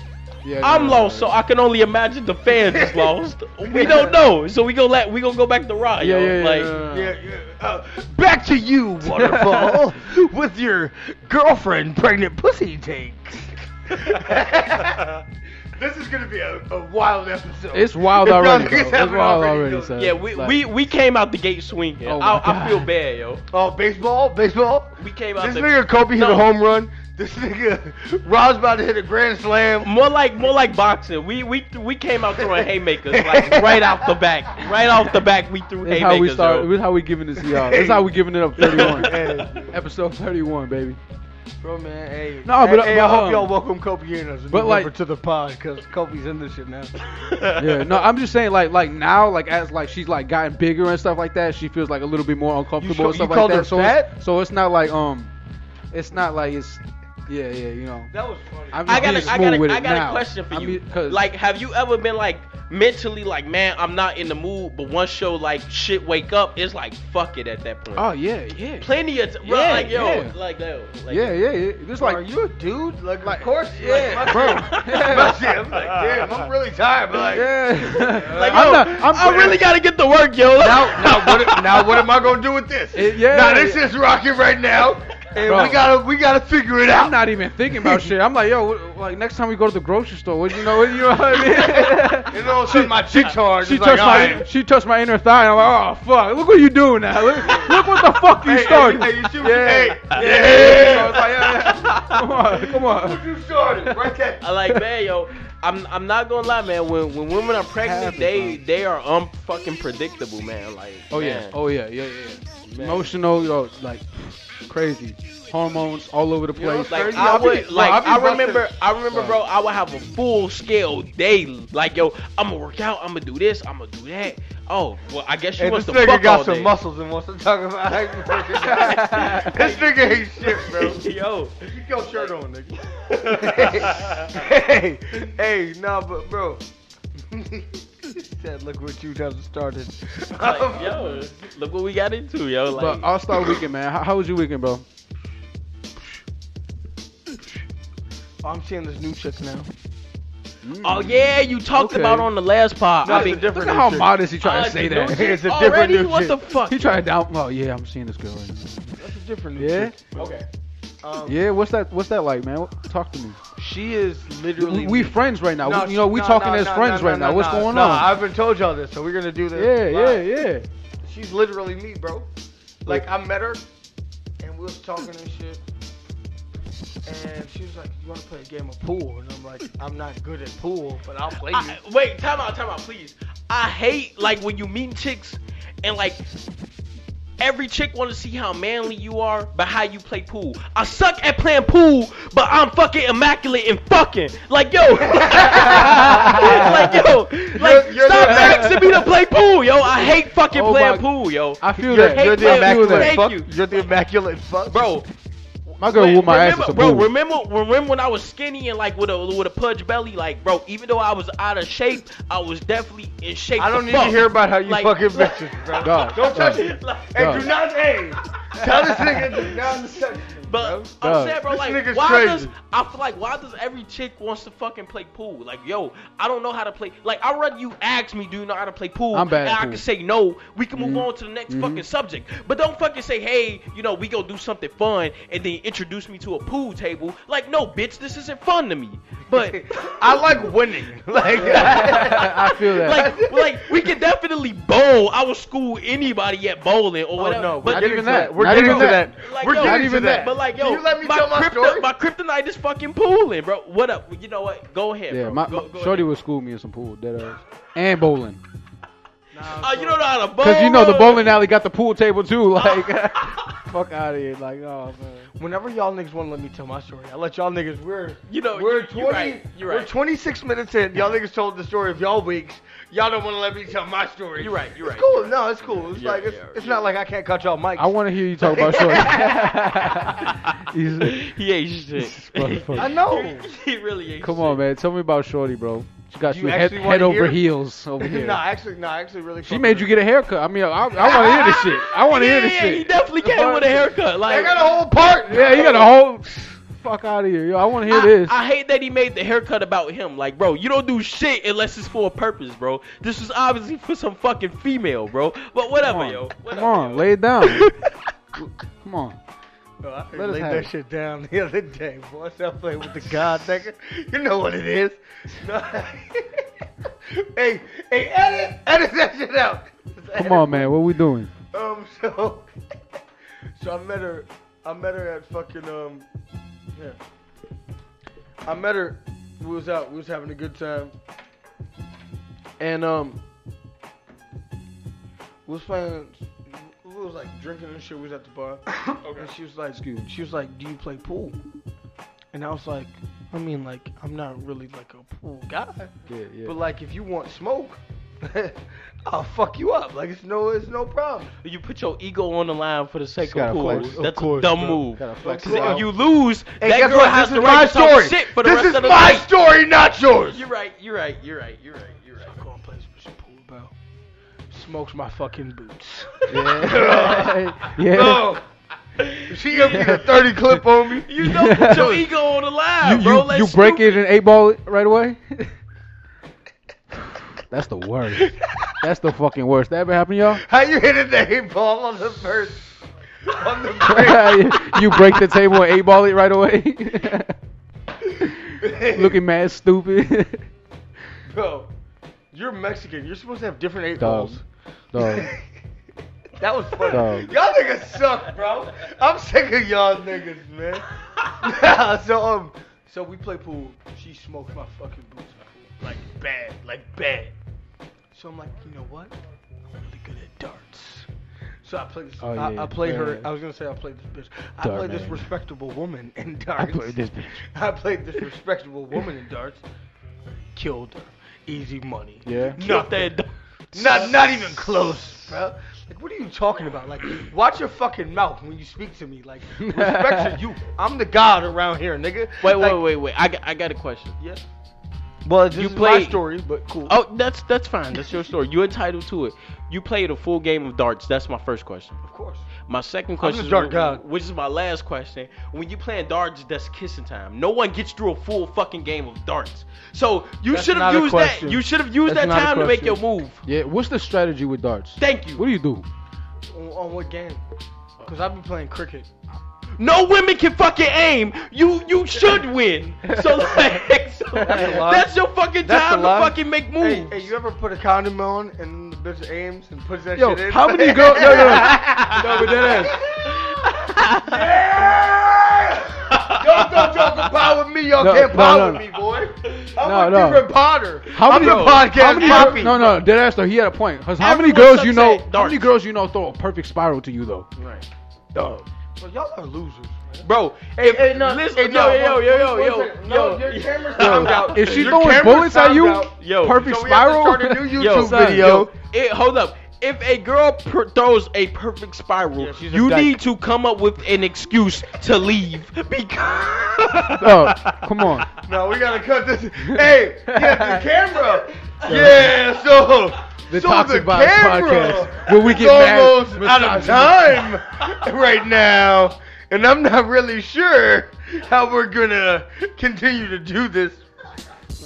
S1: Yeah,
S2: I'm
S1: yeah,
S2: lost,
S1: yeah.
S2: so I can only imagine the fans is lost. We don't know, so we gonna let we gonna go back to Rod.
S1: Yeah,
S2: yo.
S1: yeah, yeah, yeah.
S2: like,
S3: Yeah, yeah. Uh, back to you, Waterfall, with your girlfriend pregnant pussy take. this is gonna be a, a wild episode.
S1: It's wild
S3: If y'all
S1: already,
S3: niggas
S1: bro. It's
S3: haven't
S1: wild
S3: already
S1: already,
S3: done
S1: son.
S2: yeah, we,
S1: Like-
S2: we we came out the gate swinging.
S1: Oh my
S2: I, I feel
S1: God.
S2: bad, yo.
S3: it. Oh, baseball, baseball.
S2: We came out
S3: This
S2: the
S3: nigga Kobe hit
S2: No.
S3: a home run. This nigga Rob's about to hit a grand
S1: Mm.
S3: slam.
S2: More like more like boxing. We we we came out throwing haymakers like right off the back. Right off the back, we threw
S1: That's
S2: haymakers.
S1: how we start.
S2: yo.
S1: That's how we giving this to y'all. That's how we giving it up. 31.
S3: Hey.
S1: Episode 31, baby.
S3: Bro, man, hey.
S1: No,
S3: hey,
S1: but-
S3: hey,
S1: but,
S3: I hope
S1: um,
S3: y'all welcome Kobe in as a
S1: but,
S3: new
S1: like-
S3: member to the pod because Kobe's in this shit now.
S1: Yeah. No, I'm just saying, like, like now, like as like she's like gotten bigger and stuff like that, she feels like a little bit more uncomfortable
S3: You
S1: and
S3: sure-
S1: stuff like
S3: you called
S1: that.
S3: her
S1: so, It's,
S3: fat?
S1: so it's not like um, it's not like it's yeah, yeah, you know.
S3: That was funny.
S1: I'm
S2: I
S1: being
S2: got a, I
S1: smooth
S2: got
S1: with
S2: a,
S1: it
S2: I got
S1: now.
S2: a question for
S1: I
S2: you.
S1: mean, 'cause-
S2: like, have you ever been like mentally like, man, I'm not in the mood, but one show like shit wake up, it's like fuck it at that point.
S1: oh yeah, yeah,
S2: Plenty of t- bro,
S1: Yeah,
S2: like yo,
S1: yeah.
S2: like yo, like
S1: yeah, yeah, yeah. It's
S3: are
S1: like
S3: you a dude? Like,
S1: Like-
S3: of course,
S1: yeah,
S3: like, my
S1: bro.
S3: shit- my shit, I'm like, damn, I'm really tired. But like,
S1: yeah.
S2: Like,
S1: I'm
S2: yo,
S1: not. I'm,
S2: I really gotta get to work, yo.
S3: now, now, what, now, what am I gonna do with this?
S1: It- yeah,
S3: now this
S1: yeah.
S3: is rocking right now, and
S1: Bro.
S3: we gotta, we gotta figure it out.
S1: I'm not even thinking about shit. I'm like, yo, what, like next time we go to the grocery store, what you know, what, you know what I mean?
S3: and all of a sudden, my chick's hard.
S1: She
S3: It's
S1: touched
S3: like, all
S1: my
S3: right.
S1: she touched my inner thigh. And I'm like, oh fuck! Look what you doing now. Look, look what the fuck you
S3: Hey, hey,
S1: started.
S3: hey, you see what you-
S1: yeah.
S3: hey,
S1: yeah,
S3: yeah.
S1: So it's like, yeah, yeah. Come on, come
S3: What
S1: on.
S3: you started? Right there.
S2: I like man, yo. I'm I'm not gonna lie, man. When when women are pregnant,
S1: Happy,
S2: they
S1: bro.
S2: they are unfucking predictable, man. Like
S1: Oh yeah,
S2: man.
S1: oh yeah, yeah, yeah. Emotional, yo, like crazy hormones all over the
S3: know
S1: place.
S3: what's crazy?
S2: Like
S3: I'll
S2: I
S3: be-
S2: would,
S3: bro, I'll
S2: like
S3: be
S2: I
S3: busting-
S2: remember, I remember, bro. I would have a full scale daily. Like yo, I'm gonna work out. I'm gonna do this. I'm gonna do that. Oh, well, I guess she
S3: Hey,
S2: wants
S3: this
S2: to fuck
S3: nigga got
S2: all
S3: some
S2: day.
S3: muscles and wants to talk about. this nigga ain't shit, bro.
S2: yo,
S3: Keep your shirt on, nigga. hey, hey, nah, but bro. Said, look what you have started.
S2: like, yo, look what we got into, yo. Like,
S1: But
S3: uh,
S1: All Star Weekend, man. How, how was your weekend, bro?
S3: Oh, I'm seeing this new chick now.
S2: oh yeah, you talked
S1: Okay.
S2: about on the last pod.
S3: No,
S2: I
S3: it's a
S2: mean,
S1: Look
S3: different new
S1: at how
S3: chick.
S1: modest he tried
S2: uh,
S1: to say
S2: no
S1: that.
S2: shit
S3: It's a different
S2: already?
S3: new
S2: What
S3: shit.
S2: the fuck?
S1: he tried to down. Oh yeah, I'm seeing this girl. Right now.
S3: That's a different new
S1: Yeah,
S3: chick. Okay. Um,
S1: yeah. What's that? What's that like, man? What- Talk to me.
S3: She is literally.
S1: We, we friends right now.
S3: No,
S1: we, you know, we
S3: no,
S1: talking
S3: no,
S1: as
S3: no,
S1: friends
S3: no,
S1: right
S3: no,
S1: now.
S3: no,
S1: What's
S3: no,
S1: going
S3: no,
S1: on?
S3: I've been told y'all this, so we're gonna do this.
S1: yeah, yeah, yeah.
S3: yeah. She's literally me, bro. Like I met her, and we was talking and shit, and she was like, "You wanna play a game of pool?" And I'm like, "I'm not good at pool, but I'll play you."
S2: I, wait, time out, time out, please. I hate like when you meet chicks and like every chick want to see how manly you are, but how you play pool. I suck at playing pool, but I'm fucking immaculate and fucking like yo, like yo, like
S3: You're- you're
S2: stop
S3: the-
S2: asking me to play pool, yo. I hate fucking
S1: Oh
S2: playing
S1: my-
S2: pool, yo.
S1: I feel
S3: You're,
S1: that.
S2: hate
S3: you're
S1: I
S3: the
S1: feel
S2: playing pool,
S3: immaculate
S1: that.
S2: thank
S3: fuck.
S2: you.
S3: are the immaculate fuck,
S2: bro.
S1: My girl whooped my
S2: remember,
S1: ass as a
S2: bro.
S1: boo.
S2: Remember, remember when I was skinny and like with a with a pudge belly, like bro. Even though I was out of shape, I was definitely in shape.
S3: I don't need
S2: fuck.
S3: to hear about how you
S2: Like-
S3: fucking bitches, bro.
S1: Dog,
S3: Don't touch
S1: dog.
S3: it.
S2: Like,
S3: Hey,
S1: Dog.
S3: do not hey. Tell this nigga do not touch me, bro.
S2: But I'm
S1: Dog.
S2: saying, bro,
S3: This
S2: like,
S3: nigga's
S2: why
S3: crazy.
S2: does I feel like why does every chick wants to fucking play pool? Like, yo, I don't know how to play. Like, I'd rather you ask me, do you know how to play pool?
S1: I'm bad
S2: and
S1: at
S2: I
S1: pool. Mm-hmm.
S2: can say no. We can move on to the next fucking subject. But don't fucking say, hey, you know, we go do something fun, and then introduce me to a pool table. Like, no, bitch, this isn't fun to me. But
S3: I like winning. Like
S1: I feel that.
S2: like, like we can definitely bowl. I will school anybody at bowling or
S3: Oh
S2: whatever.
S3: no,
S2: but
S3: we're getting
S1: even
S3: to that.
S1: that.
S3: We're
S1: Not
S3: getting to
S1: even
S3: that.
S1: that.
S2: Like,
S3: We're
S2: yo,
S1: Not
S3: getting to
S1: even
S3: that.
S1: that.
S2: But like, yo,
S3: Can you let me
S2: my,
S3: tell my
S2: krypto-
S3: story?
S2: my kryptonite is fucking pooling, bro. What up? You know what? Go ahead.
S1: yeah,
S2: bro.
S1: my,
S2: go,
S1: my-
S2: go
S1: Shorty
S2: ahead.
S1: would school me in some pool, dead ass, and bowling.
S2: Uh, you don't know how to bowl.
S1: Cause you know the
S2: bro.
S1: bowling alley got the pool table too. Like, fuck out of here. Like, oh man.
S3: Whenever y'all niggas want to let me tell my story, I let y'all niggas. We're
S2: You know,
S3: we're
S2: you-
S3: twenty.
S2: you're right, you're
S3: We're
S2: right.
S3: twenty six minutes in. Y'all niggas told the story of y'all weeks. Y'all don't want to let me tell my story.
S2: You're right, you're
S3: it's
S2: right,
S3: Cool.
S2: you're right.
S3: No, it's cool. It's
S2: You're
S3: like
S2: right,
S3: it's,
S2: you're right,
S3: it's
S2: you're
S3: not like I can't cut y'all mics.
S1: I want to hear you talk about Shorty. He's-
S2: he ain't shit.
S1: motherfucker.
S3: I know.
S2: he really ain't.
S1: Come on, man. Tell me about Shorty, bro. She got
S3: You
S1: you, head,
S3: actually wanna
S1: head over
S3: hear?
S1: heels over here.
S3: no, actually, no, actually, really.
S1: she made you get a haircut. I mean, I, I want to hear this shit. I want to
S2: yeah,
S1: hear this
S2: yeah, He
S1: shit.
S2: definitely came with a haircut.
S3: I
S2: Like,
S3: got a whole part.
S1: Yeah, you got a whole fuck out of here, yo. I want to hear
S2: I,
S1: this.
S2: I hate that he made the haircut about him. Like, bro, you don't do shit unless it's for a purpose, bro. This was obviously for some fucking female, bro. But whatever,
S1: Come on,
S2: yo. Whatever,
S1: Come on,
S2: yo.
S1: lay it down. Come on.
S3: Bro, I
S1: Let us
S3: laid
S1: have
S3: that
S1: it.
S3: shit down the other day, boy. I started playing with the god nigga. You know what it is. No. hey, hey, edit, edit that shit out.
S1: Come on, man. What we doing?
S3: Um, so, so I met her. I met her at fucking um. Yeah. I met her. We was out. We was having a good time. And um, we was playing. We was like drinking and shit. We was at the bar. okay. And she was like,
S1: Excuse me.
S3: she was like, "Do you play pool?" And I was like, "I mean, like, I'm not really like a pool guy."
S1: Yeah, yeah.
S3: But like, if you want smoke, I'll fuck you up. Like, it's no, it's no problem.
S2: You put your ego on the line for the sake
S1: Just gotta
S2: of pool.
S1: flex.
S2: That's
S3: Of course,
S2: a dumb
S3: bro.
S2: move.
S1: Gotta
S3: Like,
S1: flex
S2: Because
S1: it out.
S2: if you lose,
S3: Hey,
S2: that
S3: guess
S2: girl
S3: what?
S2: has
S3: This
S2: the
S3: is
S2: right
S3: my
S2: to talk
S3: story.
S2: shit for the
S3: this
S2: rest
S3: is
S2: of the
S3: my
S2: night.
S3: story, not yours.
S2: You're right. You're right. You're right. You're right. You're right.
S3: Go and play some pool, bro. Smokes my fucking boots.
S1: yeah. yeah.
S3: Bro, Oh, she gonna get a thirty clip on me.
S2: You don't put your ego on the line,
S1: you,
S2: bro.
S1: you, you break it and eight ball it right away. That's the worst. That's the fucking worst. That ever happened, y'all?
S3: How you hitting the eight ball on the first? On the
S1: you break the table and eight ball it right away.
S3: break.
S1: Looking mad stupid.
S3: bro. You're Mexican. You're supposed to have different eight
S1: Dog.
S3: balls.
S1: Dog.
S3: That was funny.
S1: Dog.
S3: Y'all niggas suck, bro. I'm sick of y'all niggas, man. so um, so we play pool. She smoked my fucking boots, like bad, like bad. So I'm like, you know what? I'm really good at darts. So I played this.
S1: Oh,
S3: I,
S1: yeah,
S3: I played her.
S1: yeah.
S3: I was gonna say I played this bitch. I
S1: Dart
S3: played this
S1: man.
S3: respectable woman in
S1: I
S3: darts.
S1: played this bitch.
S3: I played this respectable woman in darts. Killed her. Easy money.
S1: Yeah.
S2: Not that.
S3: Not not even close, bro. Like what are you talking about? Like watch your fucking mouth when you speak to me. Like respect to you. I'm the god around here, nigga.
S2: Wait,
S3: like,
S2: wait, wait, wait. I got, I got a question.
S3: Yeah. Well, this
S2: You
S3: is my
S2: played-
S3: story, but cool.
S2: Oh, that's that's fine. That's your story. You're entitled to it. You played a full game of darts. That's my first question.
S3: of course.
S2: My second
S3: I'm
S2: question,
S3: the dark
S2: is-
S3: god.
S2: which is my last question, when you playing darts, that's kissing time. No one gets through a full fucking game of darts. So you
S3: That's
S2: should
S3: not
S2: have
S3: a
S2: used that.
S3: question.
S2: You should have used
S3: That's
S2: that
S3: not a
S2: time to make your
S3: question.
S2: move.
S1: Yeah. What's the strategy with darts?
S2: Thank you.
S1: What do you do?
S3: On, on what game? Cause I've been playing cricket.
S2: No women can fucking aim. You you should win. So like, so,
S3: That's a lie.
S2: that's your fucking
S3: That's a
S2: time to
S3: lie.
S2: fucking make moves.
S3: Hey, hey, you ever put a condom on and the bitch aims and puts that
S1: Yo,
S3: shit in?
S1: how many girls? No, no, no. no, but that ass.
S3: Yeah! Y'all don't y'all can power with me. Y'all
S1: No,
S3: can't
S1: no, no,
S3: power with me, boy.
S1: No,
S3: I'm a
S1: no.
S3: different Potter.
S1: How
S3: I'm
S1: many?
S3: the podcast
S1: how many
S3: poppy.
S1: no, no, dead ass though. He had a point. 'Cause how many
S2: Everyone
S1: girls you
S2: sucks
S1: know?
S2: at
S1: How many
S2: darts.
S1: girls you know throw a perfect spiral to you though?
S2: Right.
S1: Dog.
S3: Well, y'all are losers. man.
S2: Bro,
S3: Hey,
S2: if,
S3: hey, no,
S2: listen,
S3: hey,
S2: yo,
S3: no,
S2: yo,
S3: one-
S2: yo, yo,
S3: one
S2: yo,
S3: second.
S2: yo,
S3: No, your camera's
S2: yo,
S3: timed out.
S1: If she
S3: Your
S1: throwing
S3: camera's
S1: bullets at
S3: timed
S1: you,
S3: out.
S2: Yo.
S1: perfect
S3: So we have to
S1: spiral.
S3: start a new
S2: yo,
S3: YouTube video.
S2: It, hold up. If a girl per- throws a perfect spiral,
S3: Yeah, she's a
S2: you
S3: dyke.
S2: need to come up with an excuse to leave because.
S1: Oh, come on.
S3: No, we gotta cut this. Hey, yeah, the camera. Yeah, so
S1: The
S3: so
S1: Toxic
S3: the
S1: Vibes
S3: camera
S1: podcast, where we get
S3: is
S1: mad
S3: almost
S1: with
S3: out of time right now, and I'm not really sure how we're gonna continue to do this.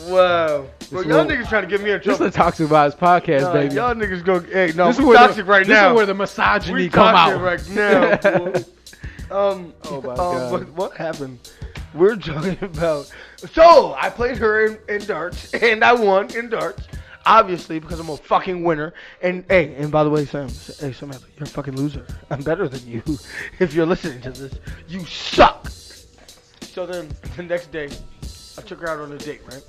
S3: Wow, bro,
S1: This
S3: y'all
S1: little-
S3: niggas trying to get me in
S1: This is
S3: trouble.
S1: the Toxic Vibes podcast,
S3: Nah,
S1: baby.
S3: Y'all niggas go. Hey, no,
S1: this
S3: we
S1: is where
S3: toxic
S1: the,
S3: right
S1: this
S3: now.
S1: is where the
S3: we
S1: misogyny come
S3: toxic
S1: out.
S3: right now. boy. Um,
S1: Oh my
S3: um,
S1: God.
S3: What, what happened? We're talking about. So I played her in, in darts, and I won in darts, obviously because I'm a fucking winner. And hey, and by the way, Sam, hey Samantha, you're a fucking loser. I'm better than you. If you're listening to this, you suck. So then the next day, I took her out on a date, right?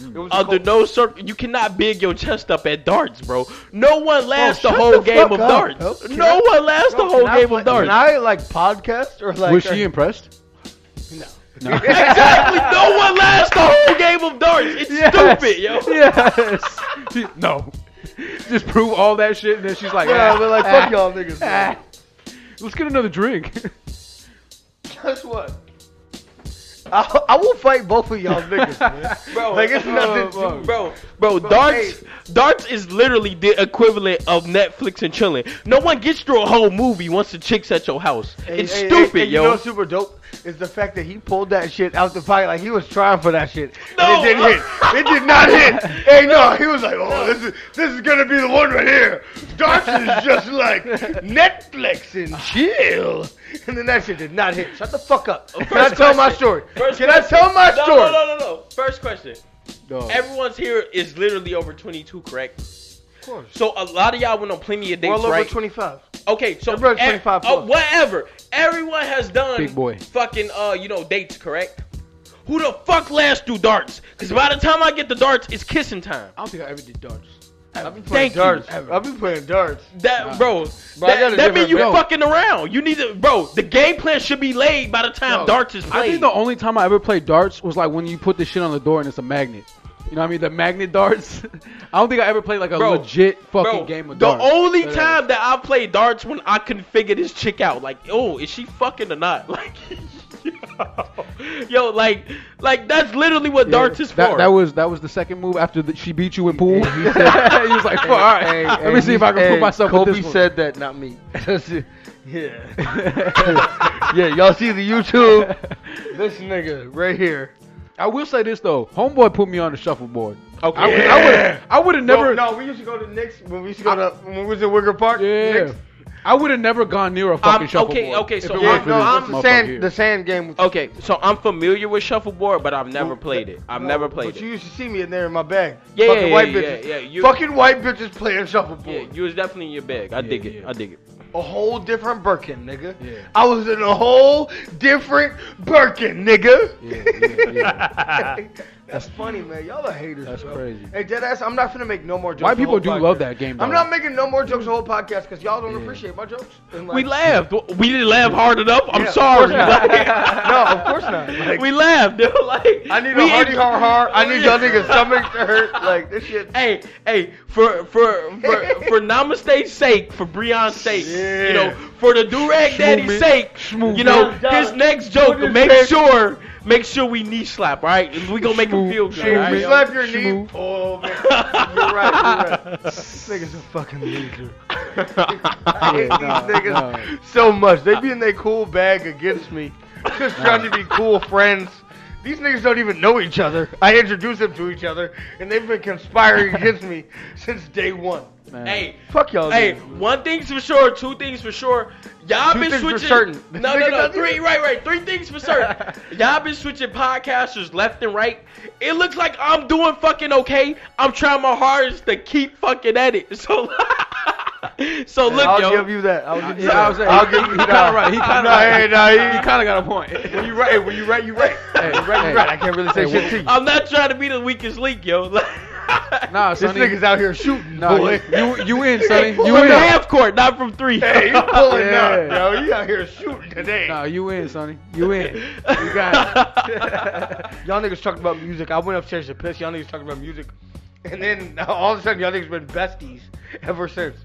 S3: It was a
S2: Under
S3: cold-
S2: Uh, no circ, you cannot big your chest up at darts, bro. No one lasts
S3: Bro,
S2: the
S3: Oh, shut
S2: whole
S3: the
S2: game
S3: fuck
S2: of
S3: up,
S2: darts.
S3: bro. Can
S2: No
S3: I-
S2: one lasts
S3: Bro,
S2: the whole
S3: can I
S2: game
S3: play-
S2: of darts.
S3: Can I like podcast or like? uh,
S1: Was
S3: are-
S1: she impressed? No.
S2: exactly. No one lasts the whole game of darts. It's stupid, yo.
S1: Yes. She- no. Just prove all that shit, and then she's like,
S3: Yeah,
S1: ah,
S3: but like
S1: ah,
S3: fuck y'all niggas. man.
S1: ah. Let's get another drink.
S3: Guess what? I, I will fight both of y'all niggas, man.
S2: Bro,
S3: Like it's nothing
S1: bro.
S3: to
S2: Bro, bro,
S3: Bro,
S2: darts, darts is literally the equivalent of Netflix and chilling. No one gets through a whole movie once the chick's at your house.
S3: Hey,
S2: it's
S3: hey, hey,
S2: stupid,
S3: hey,
S2: yo.
S3: You know, what's super dope is the fact that he pulled that shit out the pocket like he was trying for that shit.
S2: No.
S3: and it didn't hit. It did not hit. Hey, no, he was like, oh, this is this is gonna be the one right here. Darts is just like Netflix and chill. And then that shit did not hit. Shut the fuck up. Can I
S2: First
S3: tell my
S2: question.
S3: story?
S2: First
S3: Can I
S2: question.
S3: tell my
S2: no,
S3: story?
S2: No, no, no, no. First question.
S1: No.
S2: Everyone's here is literally over 22, correct?
S3: Of course.
S2: So a lot of y'all went on plenty of dates,
S3: Well over
S2: right?
S3: 25.
S2: okay, so
S3: Everybody's
S2: e-
S3: 25
S2: oh,
S3: plus.
S2: whatever. Everyone has done
S1: Big boy.
S2: fucking uh, you know, dates, correct? Who the fuck lasts through darts? Cause by the time I get to darts, it's kissing time.
S1: I don't think I ever did darts.
S3: I've been playing
S2: Thank you.
S3: darts. I've been playing darts.
S2: That bro,
S3: Bro, I got
S2: that,
S3: a
S2: that mean
S3: different-
S2: you
S1: bro.
S2: fucking around. You need to, bro. The game plan should be laid by the time
S1: Bro,
S2: darts is
S1: I
S2: played.
S1: think the only time I ever played darts was like when you put the shit on the door and it's a magnet. You know what I mean? The magnet darts. I don't think I ever played like a
S2: Bro,
S1: legit fucking
S2: Bro,
S1: game of
S2: the
S1: darts.
S2: only
S1: But, uh,
S2: time that I play darts when I can figure this chick out, like, oh, is she fucking or not? Like, yo, yo, like, like that's literally what darts is
S1: that,
S2: for.
S1: that was that was the second move after the, she beat you in pool. he, was like, "Fuck, all right,
S3: Hey,
S1: let
S3: hey,
S1: me see if I can
S3: hey,
S1: put myself
S3: Kobe
S1: with this one."
S3: said that, not me. yeah. yeah, y'all see the YouTube? This nigga right here.
S1: I will say this though, homeboy put me on the shuffleboard.
S2: okay.
S1: I,
S3: Yeah.
S1: would I would have never,
S3: no, we used to go to Knicks when we used to go to when we was in Wicker Park.
S1: yeah,
S3: Knicks.
S1: I would have never gone near a fucking
S2: okay,
S1: shuffleboard.
S2: okay,
S1: if
S2: so
S1: it
S2: I'm-
S1: weren't
S3: Yeah,
S1: for
S3: no,
S1: this
S3: I'm the
S1: motherfucker
S3: sand,
S1: here.
S3: the sand game. was-
S2: Okay, so I'm familiar with shuffleboard, but I've never played it. I've
S3: No,
S2: never played
S3: But
S2: it.
S3: you used to see me in there in my bag.
S2: Yeah,
S3: fucking
S2: yeah,
S3: white
S2: yeah,
S3: bitches.
S2: yeah, yeah, you-
S3: fucking white bitches playing
S2: yeah,
S3: shuffleboard.
S2: you was definitely in your bag. I dig it.
S1: yeah.
S2: I dig it.
S3: a whole different Birkin, nigga.
S1: Yeah.
S3: I was in a whole different Birkin, nigga.
S1: Yeah, yeah,
S3: That's funny, man. Y'all are haters.
S1: That's
S3: bro.
S1: crazy.
S3: Hey, deadass, I'm not finna make no more jokes.
S1: White
S3: the
S1: people
S3: whole
S1: do
S3: podcast.
S1: love that game,
S3: I'm
S1: though.
S3: not making no more jokes the whole podcast because y'all don't appreciate my jokes. And, like-
S2: We laughed. We didn't laugh hard enough. I'm
S3: Yeah, of
S2: sorry.
S3: course not.
S2: Like,
S3: no, of course not. Like,
S2: we laughed, dude. Like
S3: I need
S2: we
S3: a hearty
S2: en-
S3: har har. I need y'all niggas' stomachs to hurt. Like this shit.
S2: Hey, hey, for for for for Namaste's sake, for Breon's sake,
S3: Yeah.
S2: you know, for the Durag Daddy's
S1: Schmoop it.
S2: sake, you know,
S3: it.
S2: his next joke,
S3: his
S2: make
S3: next-
S2: sure, make sure we knee slap, all right? And we gonna make him
S1: Schmoop,
S2: feel
S1: schmoop
S2: good. all right,
S1: it.
S3: you
S2: yo?
S3: slap your
S1: Schmoo.
S3: knee. Oh man, you're right. You're right. This niggas a fucking loser. I hate
S1: nah,
S3: these niggas
S1: nah.
S3: so much. They be in their cool bag against me, just trying to be cool friends. These niggas don't even know each other. I introduced them to each other, and they've been conspiring against me since day one.
S1: Man.
S2: Hey.
S3: Fuck y'all.
S2: Hey,
S3: niggas.
S2: one thing's for sure, two things for sure. Y'all
S3: Two
S2: been
S3: things for
S2: switching.
S3: certain.
S2: No, no, no.
S3: Nigga,
S2: Three,
S3: nigga.
S2: right, right. Three things for certain. Y'all been switching podcasters left and right. It looks like I'm doing fucking okay. I'm trying my hardest to keep fucking at it. So, so look,
S3: I'll
S2: yo.
S3: give you that. I'll give you
S1: Yeah,
S3: that.
S1: I was saying,
S3: I'll
S1: he-
S3: give you
S1: he
S3: that.
S1: kinda right, he kinda
S3: no,
S1: right.
S3: Hey, nah, he,
S1: you kind of got a point.
S3: when you right, when you right, you right.
S1: Hey,
S3: you right,
S1: hey.
S3: you right. I can't really say
S1: Hey,
S3: shit
S1: well-
S3: to you.
S2: I'm not trying to be the weakest link, yo. Like,
S1: Nah,
S3: This
S1: Sonny,
S3: nigga's out here shooting,
S1: nah,
S3: boy.
S1: you you in, Sonny?
S2: you
S1: You
S2: from
S1: in?
S2: the half court, not from three.
S3: Hey, you pulling
S1: Yeah.
S3: up, yo. You out here shooting today.
S1: Nah, you in, Sonny? You in? You got it.
S3: y'all niggas talking about music. I went upstairs to piss. Y'all niggas talking about music. And then all of a sudden, y'all niggas been besties ever since.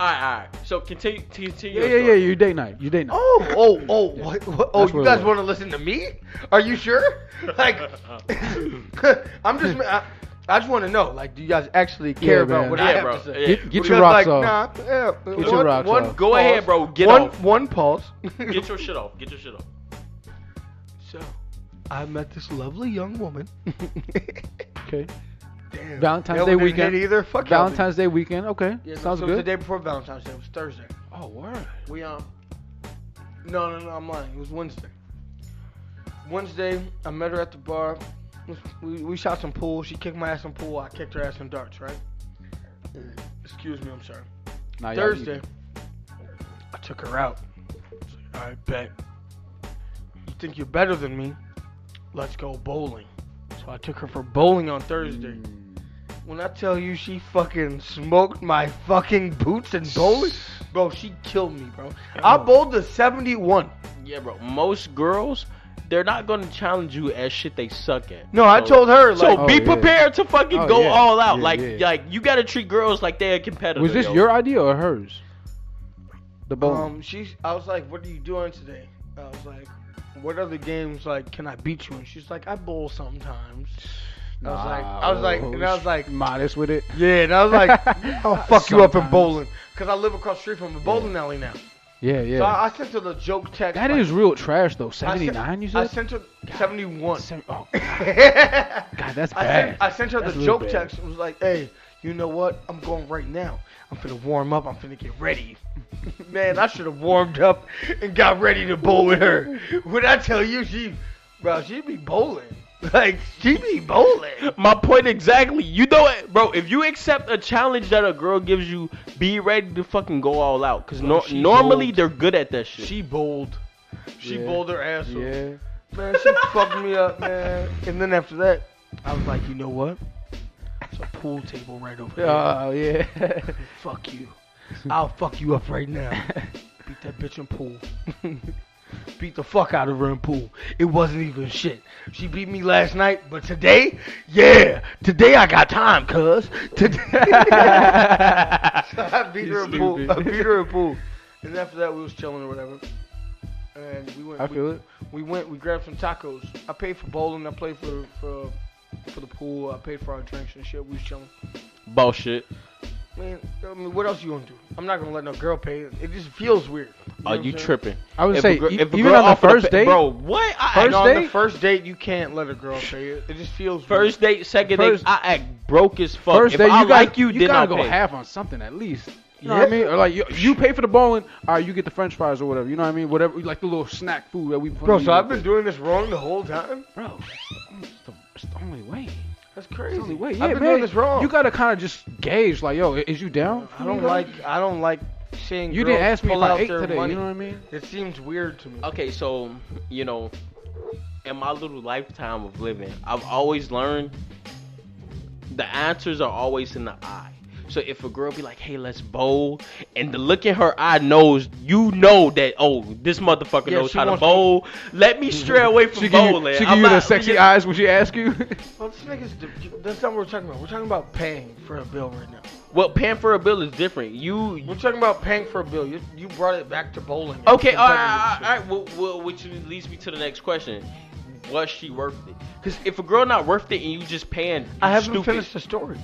S2: All right, all right. So continue, continue.
S1: Yeah,
S2: your
S1: yeah, yeah.
S2: story.
S1: Your date night. Your date night.
S3: Oh, oh, oh, what, what, oh!
S1: That's
S3: You
S1: what it
S3: guys
S1: was.
S3: want to listen to me? Are you sure? Like, I'm just, I, I just want to know. Like, do you guys actually care
S1: Yeah,
S3: about
S1: man.
S3: what
S2: Yeah,
S3: I have
S2: bro.
S3: to say?
S2: Yeah.
S1: Get, get
S3: Because,
S1: your rocks
S3: like,
S1: off.
S3: Nah, yeah, get one,
S1: your rocks
S3: one
S1: off.
S2: Go
S3: pause,
S2: ahead, bro. Get
S3: one,
S2: off.
S3: One pause.
S2: Get your shit off. Get your shit off.
S3: so, I met this lovely young woman.
S1: Okay.
S3: Damn.
S1: Valentine's
S3: Y'all
S1: Day
S3: Oh. didn't hit
S1: weekend.
S3: either. Fuck y'all, dude.
S1: Valentine's Day weekend. Okay.
S3: Yeah, no,
S1: Sounds
S3: so It was
S1: good.
S3: the day before Valentine's Day. It was Thursday.
S1: Oh, word.
S3: We um. No, no, no. I'm lying. It was Wednesday. Wednesday, I met her at the bar. We, we shot some pool. She kicked my ass in pool. I kicked her ass in darts. Right. Excuse me. I'm sorry.
S1: Nah, y'all
S3: Thursday,
S1: need-
S3: I took her out. I All right, bet. You think you're better than me? Let's go bowling. So I took her for bowling on Thursday.
S1: Mm.
S3: When I tell you she fucking smoked my fucking boots and bowling, bro, she killed me, bro. I bowled to 71.
S2: Yeah, bro. Most girls, they're not gonna challenge you as shit they suck at.
S3: No, I
S2: So-
S3: told her,
S2: So
S3: like,
S1: Oh,
S2: be
S1: yeah.
S2: prepared to fucking
S1: Oh,
S2: go
S1: yeah.
S2: all out.
S1: Yeah,
S2: like,
S1: yeah.
S2: like you gotta treat girls like they're a competitor.
S1: Mm. Was this
S2: yo.
S1: your idea or hers? The bowling.
S3: um, she's, I was like, what are you doing today? I was like, what other games, like, can I beat you? And she's like, I bowl sometimes. I was like, I was like, and I was like,
S1: modest with it.
S3: yeah, and I was like, I'll fuck you up in
S1: Sometimes.
S3: bowling. Because I live across the street from a bowling alley now.
S1: Yeah, yeah.
S3: So I, I sent her the joke text.
S1: that
S3: like,
S1: is real trash though.
S3: I sent-
S1: Seventy nine. You
S3: I
S1: said.
S3: sent her 71.
S1: Seven- oh,
S3: God,
S1: God, that's
S3: I
S1: bad.
S3: sent, I sent her
S1: That's
S3: the
S1: real
S3: joke
S1: bad.
S3: text. It was like, hey, you know what? I'm going right now. I'm finna warm up. I'm finna get ready. Man, I should have warmed up and got ready to bowl with her. When I tell you, she, bro, she be bowling. Like, she be bowling.
S2: My point exactly. You know it, bro. If you accept a challenge that a girl gives you, be ready to fucking go all out. Cause
S3: Bro,
S1: Oh,
S2: no,
S3: she
S2: normally
S3: bold.
S2: they're good at that shit.
S3: She bowled. She
S1: Yeah.
S3: bowled her ass off.
S1: yeah.
S3: Man, she fucked me up, man. And then after that, I was like, you know what? There's a pool table right over there.
S1: Oh yeah.
S3: Fuck you. I'll fuck you up right now. Beat that bitch in pool. beat the fuck out of her in pool. It wasn't even shit. She beat me last night, but today, yeah, today I got time, cuz. Today. So I beat her in pool. I beat her in pool. And after that, we was chilling or whatever. And we went.
S1: I
S3: we-
S1: feel it.
S3: we went. We grabbed some tacos. I paid for bowling. I paid for for for the pool. I paid for our drinks and shit. We was chilling.
S2: Bullshit.
S3: Man, I mean, what else you gonna do? I'm not gonna let no girl pay. It just feels weird. know
S2: Are
S3: what
S2: Oh, you
S3: I'm saying?
S2: tripping?
S1: I would
S2: If
S1: say
S2: a gir-
S1: e-
S2: if a
S1: even
S2: girl
S1: on the
S2: offer to
S1: first
S2: pay-
S1: date.
S2: bro. What? I,
S3: Like,
S1: First
S3: on the
S1: date?
S3: first date, you can't let a girl pay it. It just feels
S2: First date, second
S1: First-
S2: date, I act broke as fuck.
S1: First
S2: if
S1: day, you
S2: I
S1: got,
S2: like you, then I
S1: gotta go
S2: pay.
S1: half on something at least. You know what I mean? Or like you, you pay for the bowling, all right, you get the French fries or whatever. You know what I mean? Whatever, like the little snack food that we.
S3: weird. Bro, so I've been doing this wrong the whole time.
S1: Bro, it's the, it's the only way.
S3: That's
S1: It's
S3: crazy.
S1: the only way.
S3: I've
S1: Yeah,
S3: been
S1: man.
S3: doing this wrong.
S1: You gotta kind of just gauge, like, yo, i- is you down?
S3: I don't like. I don't like seeing.
S1: You
S3: girls
S1: didn't ask me
S3: pull
S1: if I
S3: out
S1: ate
S3: their
S1: today.
S3: Money.
S1: You know what I mean? Uh,
S3: It seems weird to me.
S2: Okay, so you know, in my little lifetime of living, I've always learned the answers are always in the eye. So if a girl be like, "Hey, let's bowl," and the look in her eye knows you know that oh, this motherfucker
S3: Yeah,
S2: knows
S3: she
S2: how to
S3: wants to-
S2: bowl. Let me stray away from
S1: Mm-hmm. She give you,
S2: bowling.
S1: she give
S2: I'm
S1: you the
S2: not-
S1: sexy
S2: yeah.
S1: eyes when she ask you.
S3: Well, this nigga's. de- That's not what we're talking about. We're talking about paying for a bill right now.
S2: Well, paying for a bill is different. You
S3: We're talking about paying for a bill. You, you brought it back to bowling.
S2: Okay, all right,
S3: Competitive
S2: all right, all right. Well, well, which leads me to the next question: Was she worth it? Because if a girl not worth it and you just paying,
S3: shit. I haven't
S2: stupid,
S3: finished the story.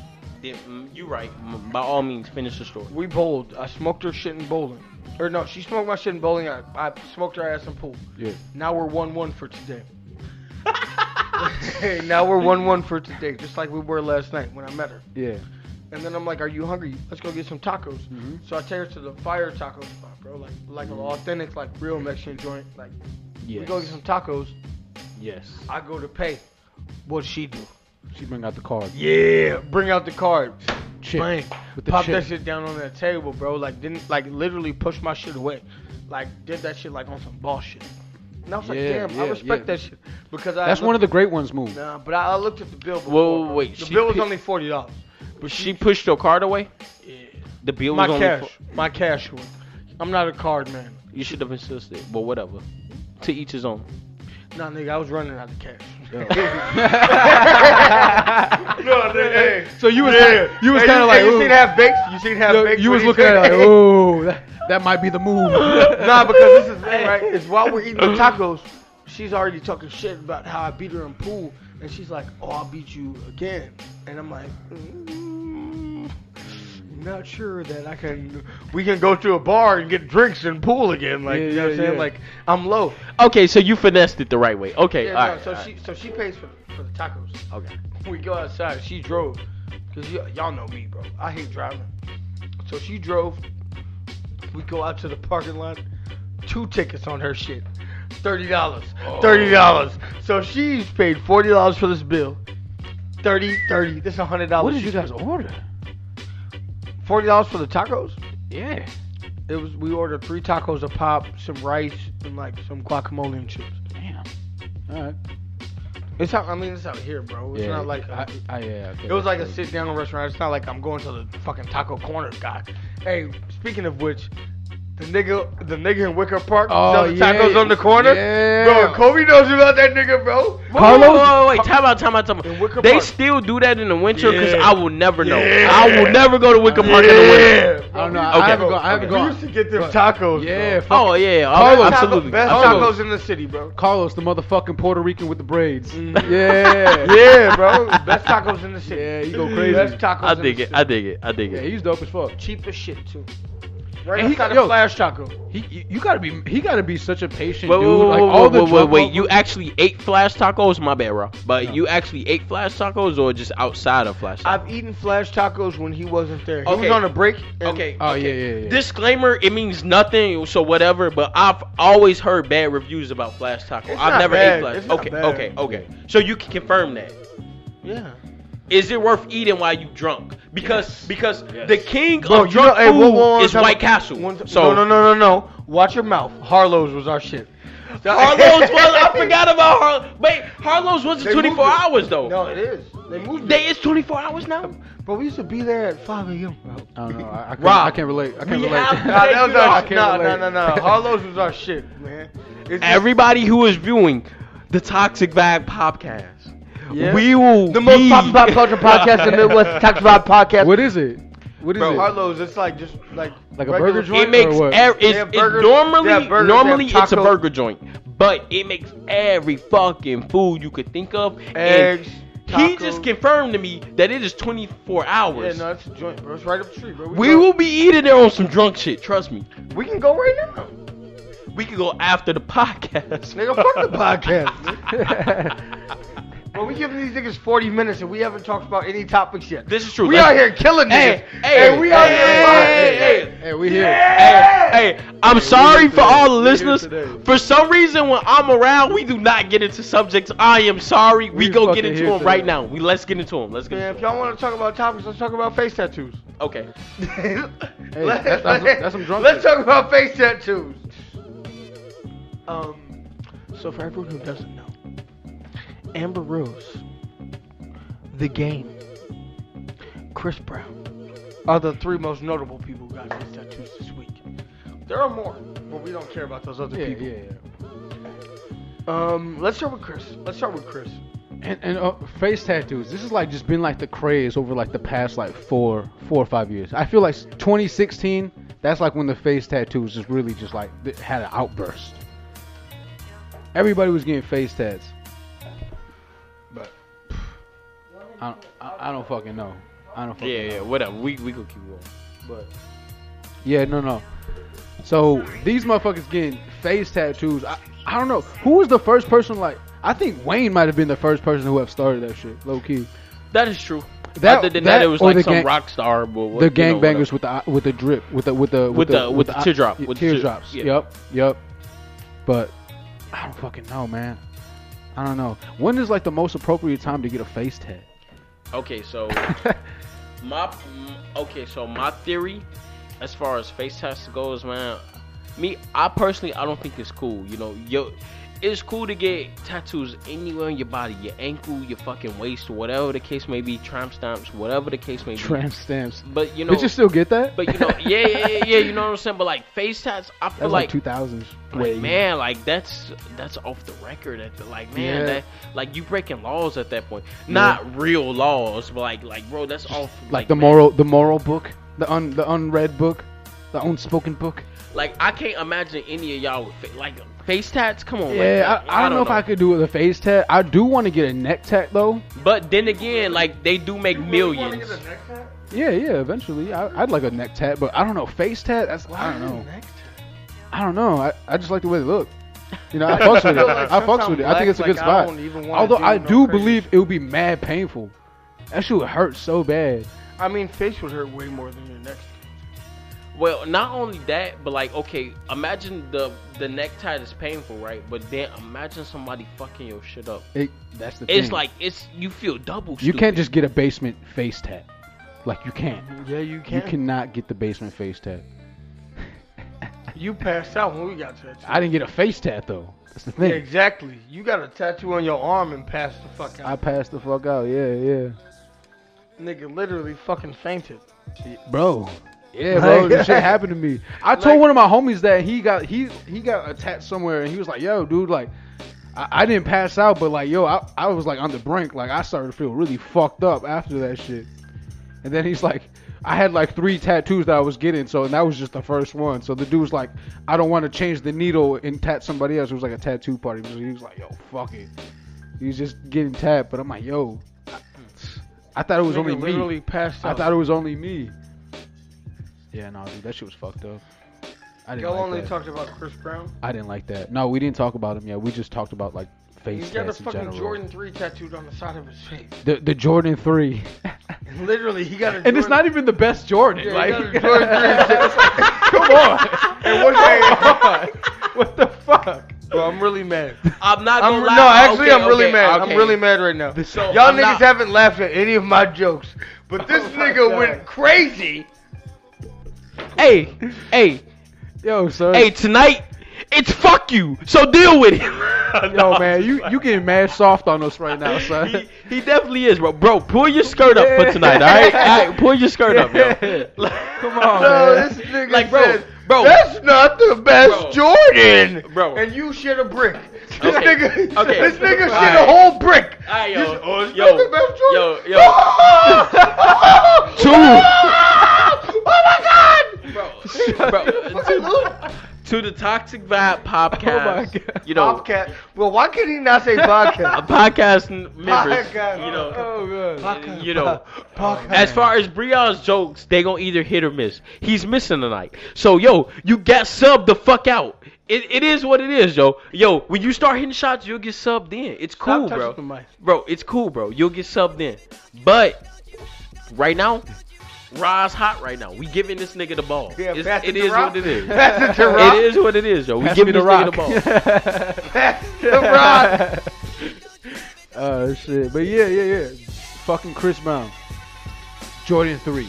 S2: Then, mm, you right. M- By all means, finish the story.
S3: We bowled. I smoked her shit in bowling. Or no, she smoked my shit in bowling. I, I smoked her ass in pool.
S1: yeah.
S3: Now we're one one for today. hey, now we're one one for today, just like we were last night when I met her.
S1: Yeah.
S3: And then I'm like, "Are you hungry? Let's go get some tacos." So I take her to the fire taco spot, bro. Like like an authentic, like real Mexican joint. Like we
S1: Yes.
S3: go get some tacos.
S1: yes.
S3: I go to pay. What'd she do?
S1: She bring out the card.
S3: Yeah, bring out the card.
S1: Chip.
S3: Bang.
S1: With the
S3: Pop
S1: chip.
S3: that shit down on that table, bro. Like didn't like literally push my shit away. Like did that shit like on some boss shit. And I was
S1: Yeah,
S3: like, damn, I
S1: yeah,
S3: respect
S1: yeah.
S3: that shit because I.
S1: That's one of the great ones move.
S3: Nah, but I, I looked at the bill. Before,
S2: Whoa,
S3: bro.
S2: wait,
S3: The
S2: she
S3: bill was
S2: pi-
S3: only forty dollars.
S2: But she pushed your card away.
S3: Yeah.
S2: The bill
S3: My
S2: was only.
S3: cash,
S2: fo-
S3: my cash one. I'm not a card man.
S2: you should have insisted, but whatever. To each his own.
S3: Nah, nigga, I was running out of cash.
S1: no,
S3: nigga, hey.
S1: So you was you was
S3: Hey,
S1: kind of like
S3: hey, you
S1: ooh.
S3: seen half baked? You seen half
S1: Yo,
S3: baked?
S1: you
S3: when
S1: was
S3: he
S1: looking at
S3: said
S1: it like
S3: that?
S1: oh that, that might be the move.
S3: nah, because this is it, right. It's while we're eating the tacos, she's already talking shit about how I beat her in pool, and she's like, "Oh, I'll beat you again," and I'm like. "Mm, Not sure that I can. We can go to a bar and get drinks and pool again. Like
S1: Yeah,
S3: you know what I'm
S1: yeah,
S3: saying.
S1: yeah.
S3: Like I'm low.
S2: Okay, so you finessed it the right way. Okay,
S3: Yeah,
S2: all
S3: no,
S2: right.
S3: so
S2: all
S3: she so she pays for for the tacos.
S2: right. okay.
S3: We go outside. She drove. Cause y- y'all know me, bro. I hate driving. So she drove. We go out to the parking lot. Two tickets on her shit. Thirty dollars. Thirty dollars. So she's paid forty dollars for this bill. 30, 30. This is hundred
S1: What
S3: dollars.
S1: did you guys order?
S3: Forty dollars for the tacos.
S1: Yeah.
S3: It was we ordered three tacos a pop, some rice, and like some guacamole and chips.
S1: Damn. All right.
S3: It's out. I mean, it's out here, bro. It's not like
S1: I, I, yeah. okay.
S3: It was like a sit down restaurant. It's not like I'm going to the fucking taco corner guy. Hey, speaking of which, the nigga, the nigga in Wicker Park
S1: Oh,
S3: selling
S1: yeah.
S3: tacos on the corner.
S1: Yeah.
S3: Bro, Kobe knows about that nigga, bro.
S1: Carlos?
S2: Wait, wait, wait, wait, time out, time out, time
S3: In Wicker
S2: out. They
S3: Park.
S2: still do that in the winter because
S3: Yeah.
S2: I will never know.
S3: Yeah.
S2: I will never go to Wicker Park in the winter.
S3: yeah.
S1: I don't know.
S2: Okay.
S1: I haven't gone. I haven't
S2: Okay.
S3: We
S1: gone.
S3: used to get them tacos.
S1: Yeah.
S3: bro.
S1: Fuck
S2: Oh yeah, yeah,
S1: Carlos.
S2: oh,
S3: Taco-
S2: absolutely.
S3: Best
S1: Carlos.
S3: tacos in the city, bro.
S1: Carlos, the motherfucking Puerto Rican with the braids. Yeah.
S3: Mm. Yeah, bro. Best tacos in the city.
S1: Yeah, you go crazy.
S3: Best tacos.
S2: I
S3: in the
S2: dig it.
S3: city.
S2: I dig it. I dig
S1: Yeah,
S2: it.
S1: he's dope as fuck.
S3: Cheap as shit too. Right
S1: And he-
S3: outside of
S1: yo.
S3: Flash Taco.
S1: He, you, you gotta be, he gotta be such a patient
S2: Wait,
S1: dude.
S2: wait, wait,
S1: like
S2: wait,
S1: all the
S2: wait, wait,
S1: drug
S2: wait.
S1: lords-
S2: You actually ate flash tacos? My bad, bro. But
S1: No.
S2: you actually ate flash tacos or just outside of flash tacos?
S3: I've eaten Flash Tacos when he wasn't there. He
S2: Okay.
S3: was on a break. and-
S2: okay.
S1: Oh
S2: okay.
S1: yeah, yeah, yeah.
S2: Disclaimer: It means nothing, so whatever. But I've always heard bad reviews about Flash Taco.
S3: It's
S2: I've
S3: not
S2: never
S3: bad.
S2: ate Flash.
S3: It's not
S2: okay,
S3: bad.
S2: okay, okay. So you can confirm that.
S3: Yeah.
S2: Is it worth eating while you drunk? Because because
S1: Yes.
S2: the king
S3: Bro,
S2: of
S3: you know,
S2: drunk
S3: hey,
S2: food
S3: whoa, whoa, one
S2: is
S3: time-
S2: White Castle.
S3: one time-
S2: so
S3: no, no, no, no, no. Watch your mouth. Harlow's was our shit.
S2: Harlow's was I forgot about Harlow. Wait, Harlow's wasn't
S3: They
S2: 24
S3: moved it.
S2: hours though.
S3: No, it is. They moved.
S2: They is 24 hours now.
S3: But we used to be there at 5 a.m.
S1: I
S3: bro.
S1: don't know. I, I, can't,
S2: Rob,
S1: I can't relate. I
S2: we
S1: can't
S2: have-
S1: relate.
S3: Nah, that was
S2: I
S3: our
S1: can't
S3: shit. No, no,
S1: relate.
S3: no, no. Harlow's was our shit, man. It's just-
S2: Everybody who is viewing the Toxic Vibe podcast,
S3: Yeah.
S2: we will
S3: the most
S2: be-
S3: pop pop culture podcast in the Midwest, Talk About Podcast.
S1: what is it? What is
S3: Bro,
S1: it?
S3: Harlow's, it's like just like
S1: Like a
S3: regular-
S1: burger joint?
S2: It makes
S1: or what?
S2: ev- it's,
S3: They have
S2: it's
S3: burgers-
S2: normally
S3: they have burgers, they have
S2: normally it's a
S3: tacos.
S2: burger joint, but it makes every fucking food you could think of. and
S3: Eggs,
S2: He
S3: tacos.
S2: just confirmed to me that it is 24
S3: Yeah,
S2: hours.
S3: no, it's a joint, bro. It's right up the street, bro.
S2: we
S3: go-
S2: will be eating there on some drunk shit. Trust me.
S3: we can go right now.
S2: We could go after the podcast.
S3: Nigga, fuck the podcast. Well, we giving these niggas 40 minutes and we haven't talked about any topics yet.
S2: This is true.
S3: We
S2: Let's-
S3: out here killing
S2: Hey,
S3: niggas.
S2: hey,
S3: and we out
S2: hey,
S3: here fucking-
S2: hey, hey.
S1: Hey, we here.
S2: Hey, hey, I'm sorry for
S1: today.
S2: all the
S1: We're here
S2: listeners.
S1: today.
S2: For some reason, when I'm around, we do not get into subjects. I am sorry. We,
S1: We
S2: go
S1: fucking
S2: get into
S1: here
S2: them right
S1: today.
S2: now. We let's get into them. Let's get.
S3: Man,
S2: Into
S3: if y'all want to talk about topics, let's talk about face tattoos.
S2: them. Okay.
S3: Let's-
S1: that's- that's- that's some drunk
S3: Let's
S1: shit.
S3: talk about face tattoos. Um, so for everyone who doesn't know, Amber Rose, The Game, Chris Brown are the three most notable people who got face tattoos this week. There are more, but we don't care about those other
S1: Yeah,
S3: people.
S1: yeah, yeah.
S3: Um, let's start with Chris. Let's start with Chris.
S1: And, and uh, face tattoos. This has like just been like the craze over like the past like four, four or five years. I feel like 2016. That's like when the face tattoos just really just like th- had an outburst. Everybody was getting face tats, but pff, I don't, I, I don't fucking know. I don't. Fucking
S2: Yeah, yeah. Whatever. We we could keep going.
S1: But yeah, no, no. So these motherfuckers getting face tattoos. I, I don't know who was the first person. Like I think Wayne might have been the first person who have started that shit. Low key,
S2: That is true.
S1: That-
S2: Other than that,
S1: that
S2: it was
S1: or
S2: like
S1: the
S2: some
S1: gang-
S2: rock star. But what,
S1: the
S2: you know,
S1: gangbangers
S2: whatever.
S1: with the eye- with the drip with the with the
S2: With the- with the
S1: eye-
S2: teardrop, with the tear-
S1: teardrops.
S2: yeah.
S1: Yep, yep. But I don't fucking know, man. I don't know. When is like the most appropriate time to get a face tat?
S2: Okay, so my mm, okay, so my theory as far as face tests goes, man. Me, I personally, I don't think it's cool. You know, yo, it's cool to get tattoos anywhere on your body, your ankle, your fucking waist, whatever the case may be, tramp stamps, whatever the case may be.
S1: Tramp stamps.
S2: But you know,
S1: Did you still get that?
S2: but you know, yeah, yeah, yeah, yeah, you know what I'm saying. But like face tats, I
S1: That
S2: feel
S1: was like
S2: like,
S1: 2000s.
S2: like, man, like that's that's off the record. At the, like man,
S1: Yeah.
S2: that like you breaking laws at that point. Not real laws, but like like bro, that's off.
S1: like the
S2: man,
S1: moral the moral book the un the unread book the unspoken book
S2: Like I can't imagine any of y'all with fa- like face tats. Come on,
S1: yeah
S2: like,
S1: I, I don't know, if i could do it with a face tat i do want to get a neck tat though
S2: But then again, like they do make millions.
S1: yeah yeah eventually I, i'd like a neck tat but i don't know face tat that's i don't know i don't know i, I just like the way they look you know i fucks with it i fucks with it i think it's a good spot although i do believe it would be mad painful that shit would hurt so bad
S3: I mean, face would hurt way more than your neck.
S2: Well, not only that, but like okay, imagine the the necktie is painful, right? But then imagine somebody fucking your shit up.
S1: it that's the
S2: It's
S1: thing.
S2: like it's you feel double.
S1: Hmm. you
S2: stupid.
S1: can't just get a basement face tat like you can't
S3: Yeah, you
S1: you
S3: can. You,
S1: cannot get the basement face tat
S3: passed out when we got tattooed.
S1: I didn't get a face tat though. That's the
S3: yeah,
S1: thing.
S3: exactly. You got a tattoo on your arm and passed the fuck
S1: I
S3: out.
S1: passed the fuck out. Yeah, yeah.
S3: Nigga literally fucking fainted.
S1: Bro. Yeah, bro.
S3: Like-
S1: this shit happened to me. I told
S3: Like-
S1: one of my homies that he got he he got attacked somewhere, and he was like, "Yo, dude, like." I, I didn't pass out, but like, yo, I, I was like on the brink. Like, I started to feel really fucked up after that shit. And then he's like, I had like three tattoos that I was getting, so and that was just the first one. So the dude was like, I don't want to change the needle and tat somebody else. It was like a tattoo party. So he was like, yo, fuck it. He was just getting tapped, but I'm like, yo, I, I thought it was
S3: Nigga
S1: only me.
S3: literally passed out.
S1: I thought it was only me. Yeah, no, dude, that shit was fucked up. I didn't
S3: Y'all
S1: like
S3: only
S1: that.
S3: talked about Chris Brown.
S1: I didn't like that. No, we didn't talk about him yet. We just talked about like
S3: He's
S1: face
S3: got a
S1: tats in
S3: fucking
S1: general.
S3: Jordan 3 tattooed on the side of his face.
S1: The the Jordan three,
S3: Literally, he got a
S1: and it's not even the best Jordan.
S3: Yeah,
S1: like,
S3: he got a Jordan 3
S1: come on,
S3: And one day,
S1: what the fuck?
S3: bro, I'm really mad.
S2: I'm not. Gonna
S3: I'm,
S2: lie.
S3: no, actually,
S2: Okay,
S3: I'm really
S2: okay,
S3: mad.
S2: okay.
S3: I'm really mad right now.
S1: This-
S2: So,
S3: Y'all
S2: I'm
S3: niggas
S2: not-
S3: haven't laughed at any of my jokes, but this
S1: Oh my
S3: nigga
S1: God.
S3: went crazy.
S2: Hey, hey,
S1: Yo, sir.
S2: hey! Tonight, it's fuck you. So deal with it.
S1: yo, man, you you getting mad soft on us right now, son.
S2: He, he definitely is, bro. Bro, pull your skirt up
S1: Yeah.
S2: for tonight, all right? All right, pull your skirt up,
S1: Yeah.
S2: yo.
S1: Come on,
S3: No,
S1: man.
S3: this nigga
S2: Like, bro,
S3: said,
S2: bro.
S3: that's not the best
S2: Bro.
S3: Jordan,
S2: Bro.
S3: And you shit a brick. This
S2: Okay.
S3: nigga,
S2: Okay.
S3: this nigga shit a
S2: Alright.
S3: whole brick.
S2: Alright, yo.
S3: This- oh, it's
S2: Yo.
S3: not the best Jordan.
S2: Yo, yo.
S1: Two.
S3: oh my god,
S2: Bro, bro, to, to the Toxic Vibe podcast.
S1: Oh God.
S2: You know,
S3: Bobcat. Well, why could he not say
S2: a
S3: Bobcat?
S2: podcast n- members.
S3: Podcast.
S2: You know,
S1: Oh god.
S3: Podcast.
S2: you know.
S3: Podcast.
S2: As far as Breon's jokes, they gonna either hit or miss. He's missing tonight. So yo, you got sub the fuck out. It, it is what it is, yo. Yo, when you start hitting shots, you'll get subbed in. It's cool,
S3: touching
S2: bro.
S3: the mic.
S2: Bro, it's cool, bro. You'll get subbed in. But right now, Ra's hot right now. We giving this nigga the ball.
S3: Yeah,
S2: It's-
S3: pass it
S2: it
S3: to
S2: is
S3: Rock.
S2: what it is.
S3: Pass it to Rock.
S2: It is what it is, yo. We
S1: Pass
S2: giving
S1: me the
S2: this nigga
S1: rock.
S2: the ball.
S3: Pass it to Rock.
S1: Oh shit. But yeah, yeah, yeah. Fucking Chris Brown. Jordan three.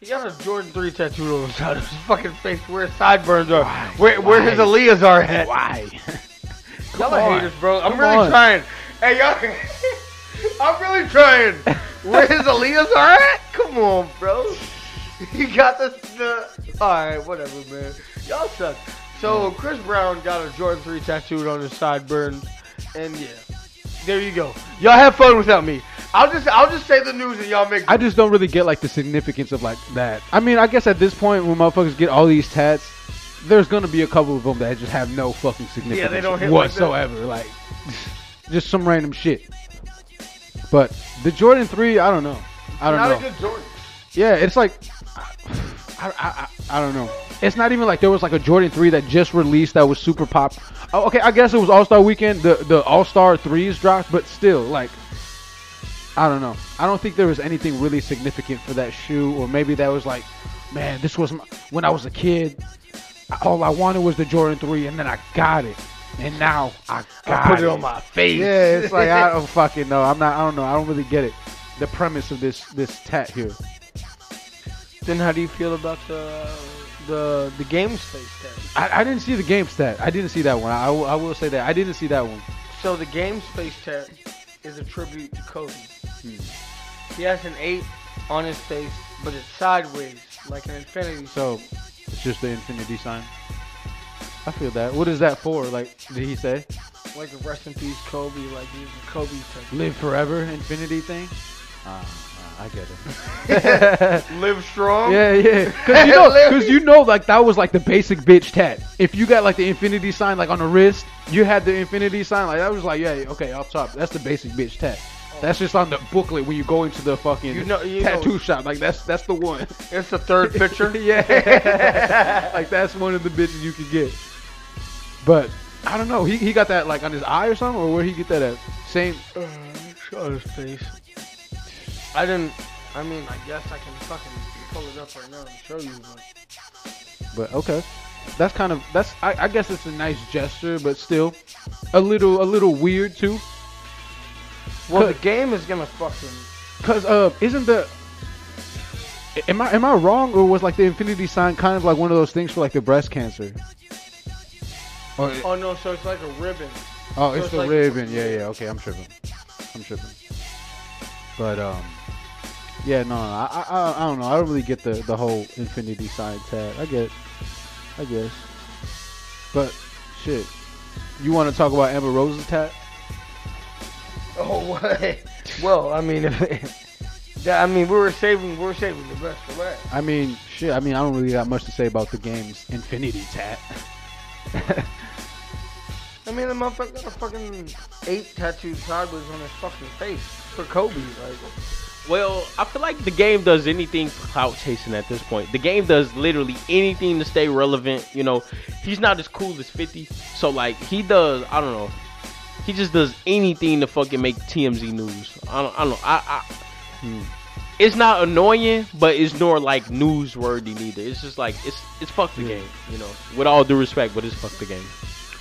S3: He got a Jordan 3 tattooed on the side of his fucking face where his sideburns are. Where, where his Aaliyahs are at.
S1: Why?
S3: Y'all
S1: Come
S3: are
S1: on.
S3: haters, bro. I'm
S1: Come
S3: really
S1: on.
S3: trying. Hey, y'all. I'm really trying. Where his Aaliyahs are at? Come on, bro. He got the. the Alright, whatever, man. Y'all suck. So, Chris Brown got a Jordan 3 tattooed on his sideburns. And yeah. There you go. Y'all have fun without me. I'll just I'll just say the news and y'all make
S1: I just don't really get like the significance of like that. I mean, I guess at this point when motherfuckers get all these tats, there's gonna be a couple of them that just have no fucking significance
S3: Yeah, they don't hit like that.
S1: whatsoever. Like, just some random shit. But the Jordan three, I don't know. I don't
S3: not
S1: know.
S3: a good Jordan.
S1: Yeah, it's like I, I, I, I don't know. It's not even like there was like a Jordan three that just released that was super pop. Oh, okay, I guess it was All Star Weekend. The the All Star threes dropped, but still, like I don't know. I don't think there was anything really significant for that shoe, or maybe that was like, man, this was my, when I was a kid. All I wanted was the Jordan three, and then I got it, and now I got
S3: Put it on my face.
S1: yeah, it's like I don't fucking know. I'm not. I don't know. I don't really get it. The premise of this this tat here.
S3: Then how do you feel about the the the game space test.
S1: I, I didn't see the game stat. I didn't see that one. I, will- I will say that I didn't see that one.
S3: So the game space test is a tribute to Kobe. He has an eight on his face, but it's sideways like an infinity.
S1: So it's just the infinity sign. I feel that. What is that for? Like, did he say
S3: like a rest in peace Kobe, like he's the Kobe type.
S1: live forever, infinity thing? Ah, ah, I get it.
S3: Live strong.
S1: Yeah, yeah. Because you know, 'cause you know, like that was like the basic bitch tat. If you got like the infinity sign like on the wrist, you had the infinity sign like that was like, yeah, okay, off top. That's the basic bitch tat. That's just on the booklet when you go into the fucking
S3: You know- you know-
S1: tattoo shop. Like that's that's the one.
S3: It's the third picture.
S1: yeah, like that's one of the bitches you could get. But I don't know. He, he got that like on his eye or something, or where he get that at? Same.
S3: Uh, show his face. I didn't. I mean, I guess I can fucking pull it up right now and show you. But
S1: But okay, that's kind of that's. I, I guess it's a nice gesture, but still a little a little weird too.
S3: well, the game is gonna fucking.
S1: Cause uh, isn't the am I am I wrong or was like the infinity sign kind of like one of those things for like the breast cancer? Or,
S3: Oh no! So it's like a ribbon.
S1: oh,
S3: so
S1: it's
S3: it's
S1: the
S3: like-
S1: ribbon. Yeah, yeah. Okay, I'm tripping. I'm tripping. But um, yeah, no, no I, I I- I don't know. I don't really get the the whole infinity sign tag. I get, I guess. But shit, you want to talk about Amber Rose's tag?
S3: Oh what? well, I mean, if, that, I mean, we were saving, we were saving the best for last.
S1: I mean, shit. I mean, I don't really got much to say about the game's infinity tat.
S3: I mean, the motherfucker got a fucking eight tattooed sideways on his fucking face for Kobe. Like,
S2: Well, I feel like the game does anything for clout chasing at this point. The game does literally anything to stay relevant. You know, he's not as cool as 50. So, like, he does, I don't know. He just does anything to fucking make TMZ news. I don't, I don't know. I, I, hmm. It's not annoying, but it's nor like newsworthy neither. It's just like it's it's fuck the game, you know. With all due respect, but it's fuck the game.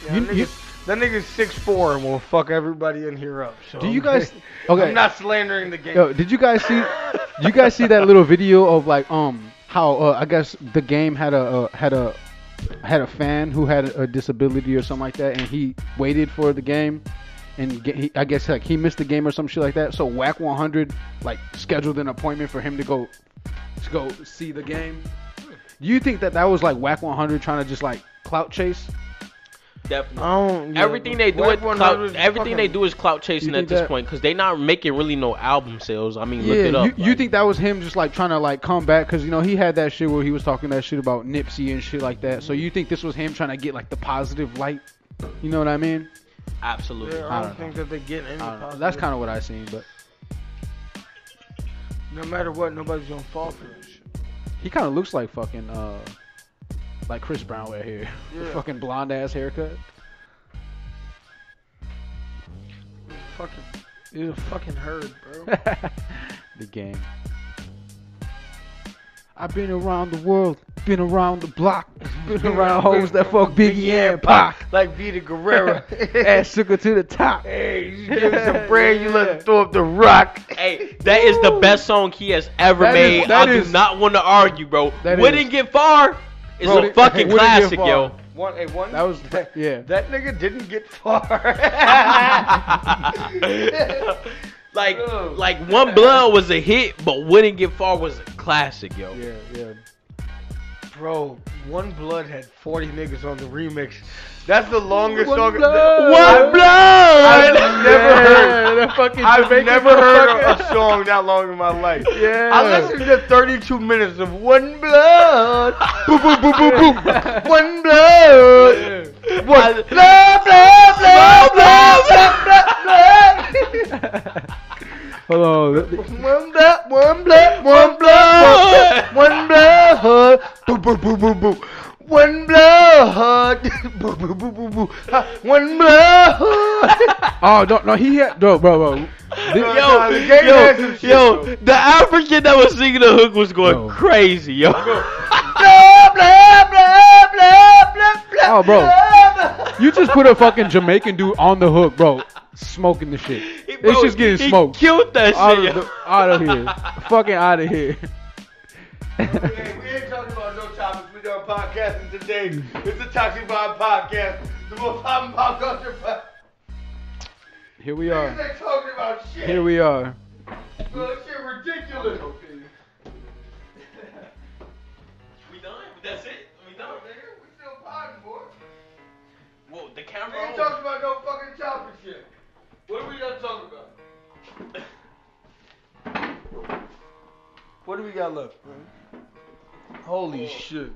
S3: yeah,
S1: You-
S3: that, nigga's,
S1: you-
S3: that nigga's six four and will fuck everybody in here up. So
S1: Do you guys?
S3: Okay.
S1: Okay.
S3: I'm not slandering the game.
S1: Yo, did you guys see? you guys see that little video of like um how uh, I guess the game had a uh, had a had a fan who had a disability or something like that, and he waited for the game, and ge- he, I guess like he missed the game or some shit like that. So Whack 100 like scheduled an appointment for him to go to go see the game. Do you think that that was like Whack 100 trying to just like clout chase?
S2: Definitely.
S3: I don't.
S2: Everything they do,
S3: Whack
S2: it clout,
S3: 100
S2: everything they
S3: fucking-
S2: do is clout
S1: You
S2: chasing
S1: think
S2: at this
S1: that-
S2: point because they not making really no album sales. I mean, look
S1: yeah,
S2: it up.
S1: you, you
S2: like-
S1: think that was him just like trying to like come back because you know he had that shit where he was talking that shit about Nipsey and shit like that. So you think this was him trying to get like the positive light? You know what I mean?
S2: Absolutely.
S3: Yeah,
S1: I
S3: I
S1: don't
S3: don't think that they get any.
S1: I don't know.
S3: positive-
S1: That's kind of what I seen, but
S3: No matter what, nobody's gonna fall for this. shit.
S1: he kind of looks like fucking uh like Chris Brown right here, the
S3: Yeah.
S1: fucking blonde ass haircut.
S3: Fucking, you're a fucking herd, bro.
S1: the game. I've been around the world, been around the block, been around hoes that fuck Biggie and Pac.
S3: like Vita Guerrero.
S1: Add sugar to the top.
S3: hey, you give me some bread, you let it throw up the rock.
S2: Hey, that is the best song he has ever
S1: That is-
S2: made.
S1: that
S2: I
S1: is-
S2: do not want to argue, bro.
S1: That
S2: Wouldn't
S1: is-
S2: get far. It's
S1: Bro,
S2: a fucking
S1: Wouldn't Get
S2: classic,
S1: Far.
S2: yo.
S3: One, hey, one.
S1: That was yeah.
S3: That nigga didn't get far.
S2: like,
S3: Bro.
S2: like one blood was a hit, but wouldn't get far was a classic, yo.
S1: Yeah, yeah.
S3: Bro, One Blood had 40 niggas on the remix. That's the longest
S1: One
S3: song.
S1: Blood.
S2: One blood.
S3: I've never heard.
S1: the fucking
S3: I've
S1: Jamaican
S3: never heard
S1: motherfucker.
S3: a song that long in my life.
S1: Yeah.
S3: I listened to 32 minutes of One Blood. boop, boop, boop, boop, boop. One Blood. One Blood, blood, blood, blood, blood, blood, blood.
S1: Hold on. th-
S3: One blood, one blood, one blood, one blood, boo boo boo boo boo. One blood, boo boo boo boo boo. Ha, One blood.
S1: Oh, don't no. He had no, bro, bro. Thi-
S3: Yo,
S2: Yo,
S3: the gang has
S2: yo,
S3: some shit,
S2: yo,
S3: though.
S2: the African that was singing the hook was going
S1: Yo.
S2: crazy, yo.
S3: Blah blah blah blah blah blah.
S1: Oh, bro.
S3: blah,
S1: You just put a fucking Jamaican dude on the hook, bro. Smoking the shit.
S2: He-
S1: it's
S2: bro,
S1: just getting
S2: he
S1: smoked.
S2: Killed that
S1: Out
S2: shit.
S1: of,
S2: yo.
S1: the, out of here. fucking out of here.
S3: blah. Hey, we ain't talking about no topics. We done podcasting today. It's the Toxic Vibe Podcast, the most hot pop culture podcast.
S1: Here we are.
S3: They talking about shit.
S1: Here we are.
S3: Bro, this shit ridiculous.
S2: We done? That's it? We done, nigga?
S3: We still potting, boy.
S2: Whoa, the
S3: We ain't
S2: camera
S3: talking about no fucking topic shit. What are we gonna talk about?
S2: on.
S3: What do we got left, bro?
S2: Oh.
S3: Holy shit.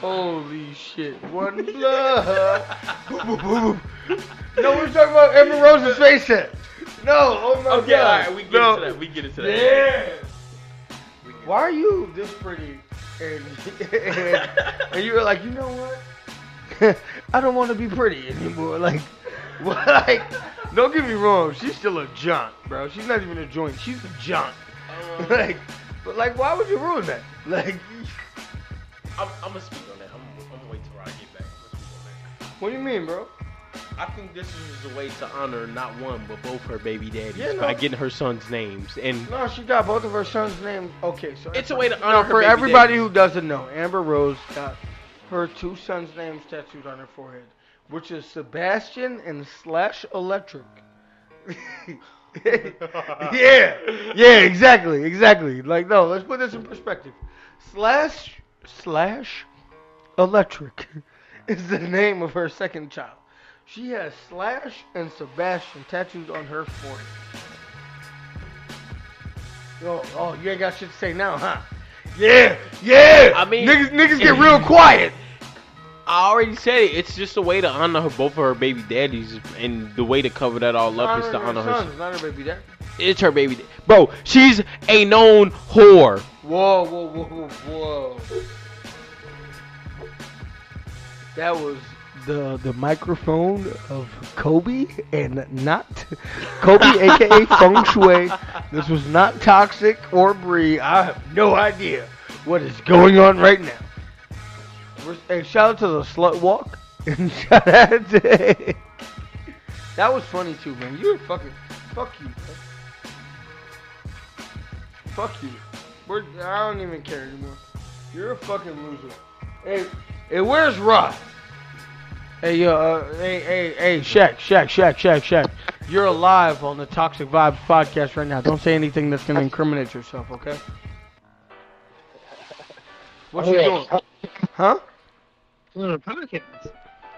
S3: Holy shit. One blood. Boop, boop, boop, boop. No, we're talking about Amber Rose's face set. No, oh my
S2: Okay, all
S3: god.
S2: right, we get
S3: no.
S2: into that. We get into that.
S3: Yeah. Why are you this pretty? And, and, and you were like, you know what? I don't want to be pretty anymore. Like, what? Like, don't get me wrong. She's still a junk, bro. She's not even a joint. She's a junk.
S2: Um,
S3: like, but like, why would you ruin that? Like,
S2: I'm, I'm gonna speak on that. I'm, I'm gonna wait till I get back. I'm gonna speak
S3: what do you mean, bro?
S2: on that. I think this is a way to honor not one but both her baby daddies
S3: Yeah, no.
S2: by getting her sons' names. And
S3: No, she got both of her sons' names. Okay, so
S2: It's a way to
S3: No,
S2: honor her
S3: for
S2: baby
S3: everybody
S2: daddies.
S3: who doesn't know. Amber Rose got her two sons' names tattooed on her forehead, which is Sebastian and Slash Electric. yeah, yeah, exactly, exactly. Like, no, let's put this in perspective. Slash Slash Electric is the name of her second child. She has Slash and Sebastian tattoos on her forehead. Oh, oh, you ain't got shit to say now, huh? Yeah, yeah.
S2: I mean-
S3: niggas, niggas get real quiet.
S2: I already said it. It's just a way to honor her, both of her baby daddies, and the way to cover that all up is to honor her.
S3: sons, not her baby dad.
S2: It's her baby, da- bro. She's a known whore.
S3: Whoa, whoa, whoa, whoa, whoa. That was the the microphone of Kobe and not Kobe, aka Feng Shui. This was not toxic or Bree. I have no idea what is going on right now. We're- And shout out to the slut walk. And shout out to that was funny too, man. You're fucking fuck you. Bro. Fuck you. We're, I don't even care anymore. You're a fucking loser. Hey, hey, where's Rod? Hey, yo, uh, hey, hey, hey, Shaq, Shaq, Shaq, Shaq, Shaq. You're alive on the Toxic Vibes podcast right now. Don't say anything that's gonna incriminate yourself, okay? What you doing? Huh?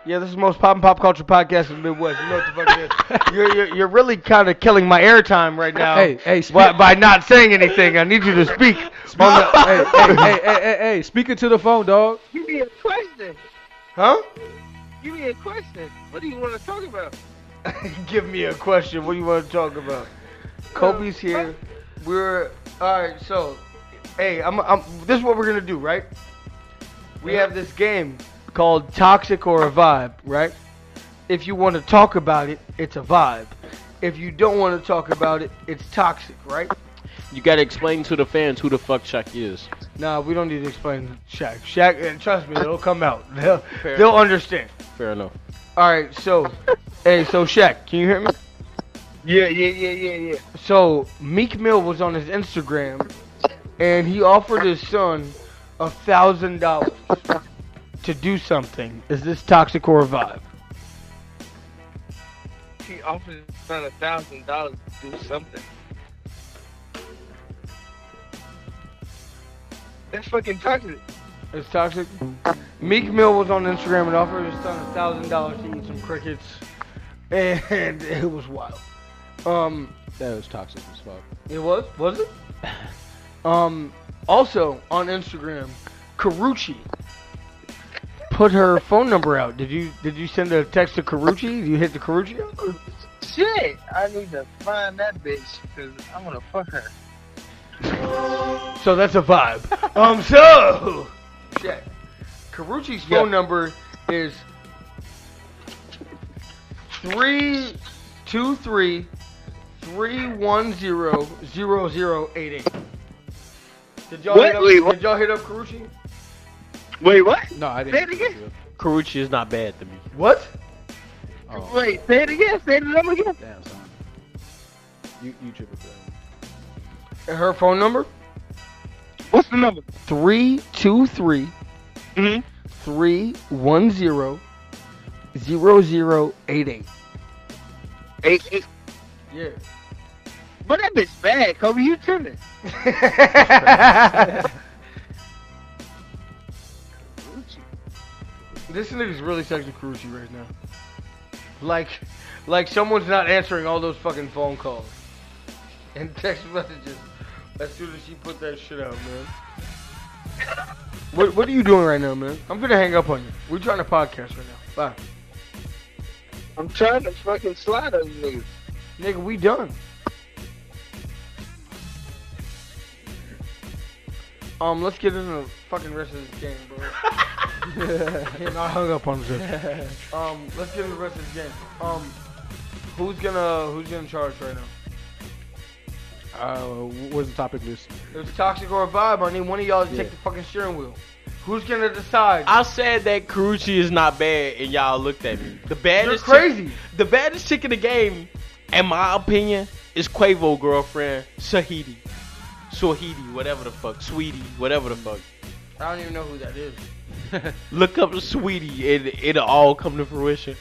S3: Yeah, this is the most pop and pop culture podcast in the Midwest. You know what the fuck it is. You're, you're, you're really kind of killing my airtime right now.
S1: Hey, hey, speak-
S3: by, by not saying anything. I need you to speak. on the-
S1: hey, hey, hey, hey, hey, hey, speaking to the phone, dog.
S4: Give me a question.
S3: Huh?
S4: Give me a question. What do you want to talk about?
S3: Give me a question. What do you want to talk about? Kobe's here. We're all right. So, hey, I'm, I'm. This is what we're gonna do, right? We have this game called Toxic or a Vibe, right? If you want to talk about it, it's a vibe. If you don't want to talk about it, it's toxic, right?
S2: You gotta explain to the fans who the fuck Chuck is.
S3: Nah, we don't need to explain Shaq. Shaq, and trust me, it'll come out. They'll, they'll understand.
S2: Fair enough.
S3: All right. So, hey, so Shaq, can you hear me?
S4: Yeah, yeah, yeah, yeah, yeah.
S3: So Meek Mill was on his Instagram, and he offered his son a thousand dollars to do something. Is this toxic or a vibe?
S4: He offered his son a thousand dollars to do something. That's fucking toxic.
S3: It's toxic. Meek Mill was on Instagram and offered his son a thousand dollars to eat some crickets, and it was wild. Um,
S2: That was toxic as fuck.
S3: It was? Was it? um, also on Instagram, Karuchi put her phone number out. Did you did you send a text to Karuchi? Did you hit the Karuchi? up?
S4: Shit, I need to find that bitch because I'm gonna fuck her.
S3: So that's a vibe. um, so shit. Karuchi's phone number is three two three three one zero zero zero eight eight. Did y'all
S4: What?
S3: hit up,
S4: Wait, what?
S3: did y'all hit up Karuchi?
S4: Wait, what?
S1: No, I
S4: Say it
S1: didn't.
S4: again.
S2: Karuchi is not bad to me.
S3: What?
S1: Oh,
S4: Wait, say it again. Say it up again.
S1: damn, son. You, you tripping for that.
S3: Her phone number?
S4: What's the number?
S3: 323
S2: Mhm.
S3: 310 0088.
S4: Hey, hey,
S1: Yeah.
S4: but that bitch bad, Kobe. You tripping?
S3: This nigga's really sexy cruisy right now. Like, like someone's not answering all those fucking phone calls and text messages as soon as she put that shit out, man. what What are you doing right now, man? I'm gonna hang up on you. We're trying to podcast right now. Bye,
S4: I'm trying to fucking slide on you niggas.
S3: nigga. We done. Um, let's get into the fucking rest of this game, bro. Damn, I hung up on this. Um, let's get into the rest of this game. Um, who's gonna who's gonna charge right now?
S1: Uh, wh- what's the topic list?
S3: It was toxic or a vibe. I need one of y'all to
S1: Yeah.
S3: take the fucking steering wheel. Who's gonna decide?
S2: I said that Carucci is not bad, and y'all looked at me. The
S3: You're
S2: baddest, chick-
S3: crazy.
S2: the baddest chick in the game, in my opinion, is Quavo girlfriend Sahidi, Swahidi, whatever the fuck, Sweetie, whatever the fuck.
S3: I don't even know who that is.
S2: Look up Sweetie, and it'll all come to fruition.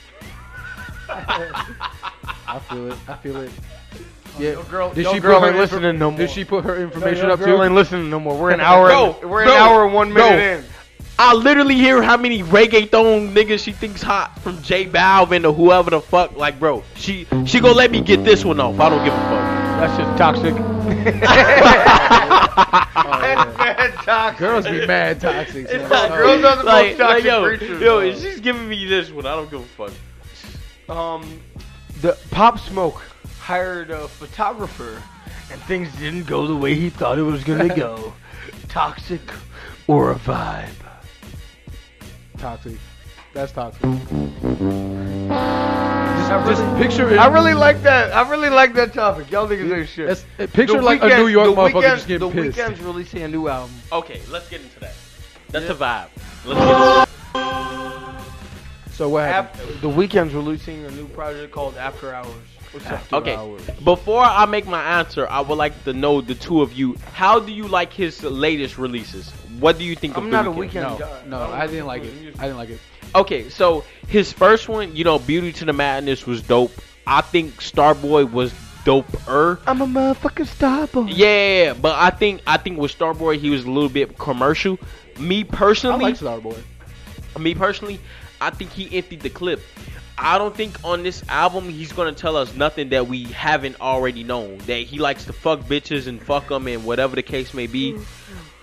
S1: I feel it. I feel it.
S3: Your girl,
S1: Did
S3: your
S1: she
S3: girl
S1: put her
S3: ain't
S1: infor-
S3: listening no more.
S1: Did she put her
S3: No, your
S1: information up
S3: girl
S1: too?
S3: ain't listening no more. We're an hour.
S2: Bro,
S3: and, we're
S2: bro,
S3: an hour and one
S2: bro.
S3: minute in.
S2: I literally hear how many reggaeton niggas she thinks hot from J Balvin to whoever the fuck. Like, bro, she she gonna let me get this one off. I don't give a fuck.
S3: That's just toxic. That's bad toxic.
S1: Girls be mad toxic. son.
S3: girls are the most
S2: like,
S3: toxic
S2: yo,
S3: creatures,
S2: yo,
S3: bro.
S2: she's giving me this one. I don't give a fuck.
S3: Um, the Pop Smoke hired a photographer, and things didn't go the way he thought it was gonna go. toxic or a vibe?
S1: toxic. That's toxic. Just, just picture it.
S3: I really like that. I really like that topic. Y'all niggas ain't shit.
S1: That's- uh, picture like a New York
S3: the
S1: motherfucker
S3: weekend,
S1: just getting
S3: The
S1: pissed.
S3: weekend's releasing a new album.
S2: Okay, let's get into that. That's a vibe. Let's get into
S1: So what happened?
S3: After, the weekend's releasing a new project called After Hours. What's up?
S1: Two
S2: Okay.
S1: hours.
S2: Before I make my answer, I would like to know the two of you. How do you like his latest releases? What do you think
S3: I'm
S2: of
S3: not
S2: the
S3: a
S2: weekend?
S3: weekend
S1: No,
S3: guy.
S1: no,
S3: don't
S1: I didn't like it.
S3: listen to his
S1: I didn't like it.
S2: Okay, so his first one, you know, Beauty to the Madness was dope. I think Starboy was doper.
S3: I'm a motherfucking star boy.
S2: Yeah, yeah, yeah, but I think I think with Starboy he was a little bit commercial. Me
S1: I
S2: personally,
S1: like Starboy.
S2: me personally, I think he emptied the clip. I don't think on this album he's gonna tell us nothing that we haven't already known. That he likes to fuck bitches and fuck them and whatever the case may be.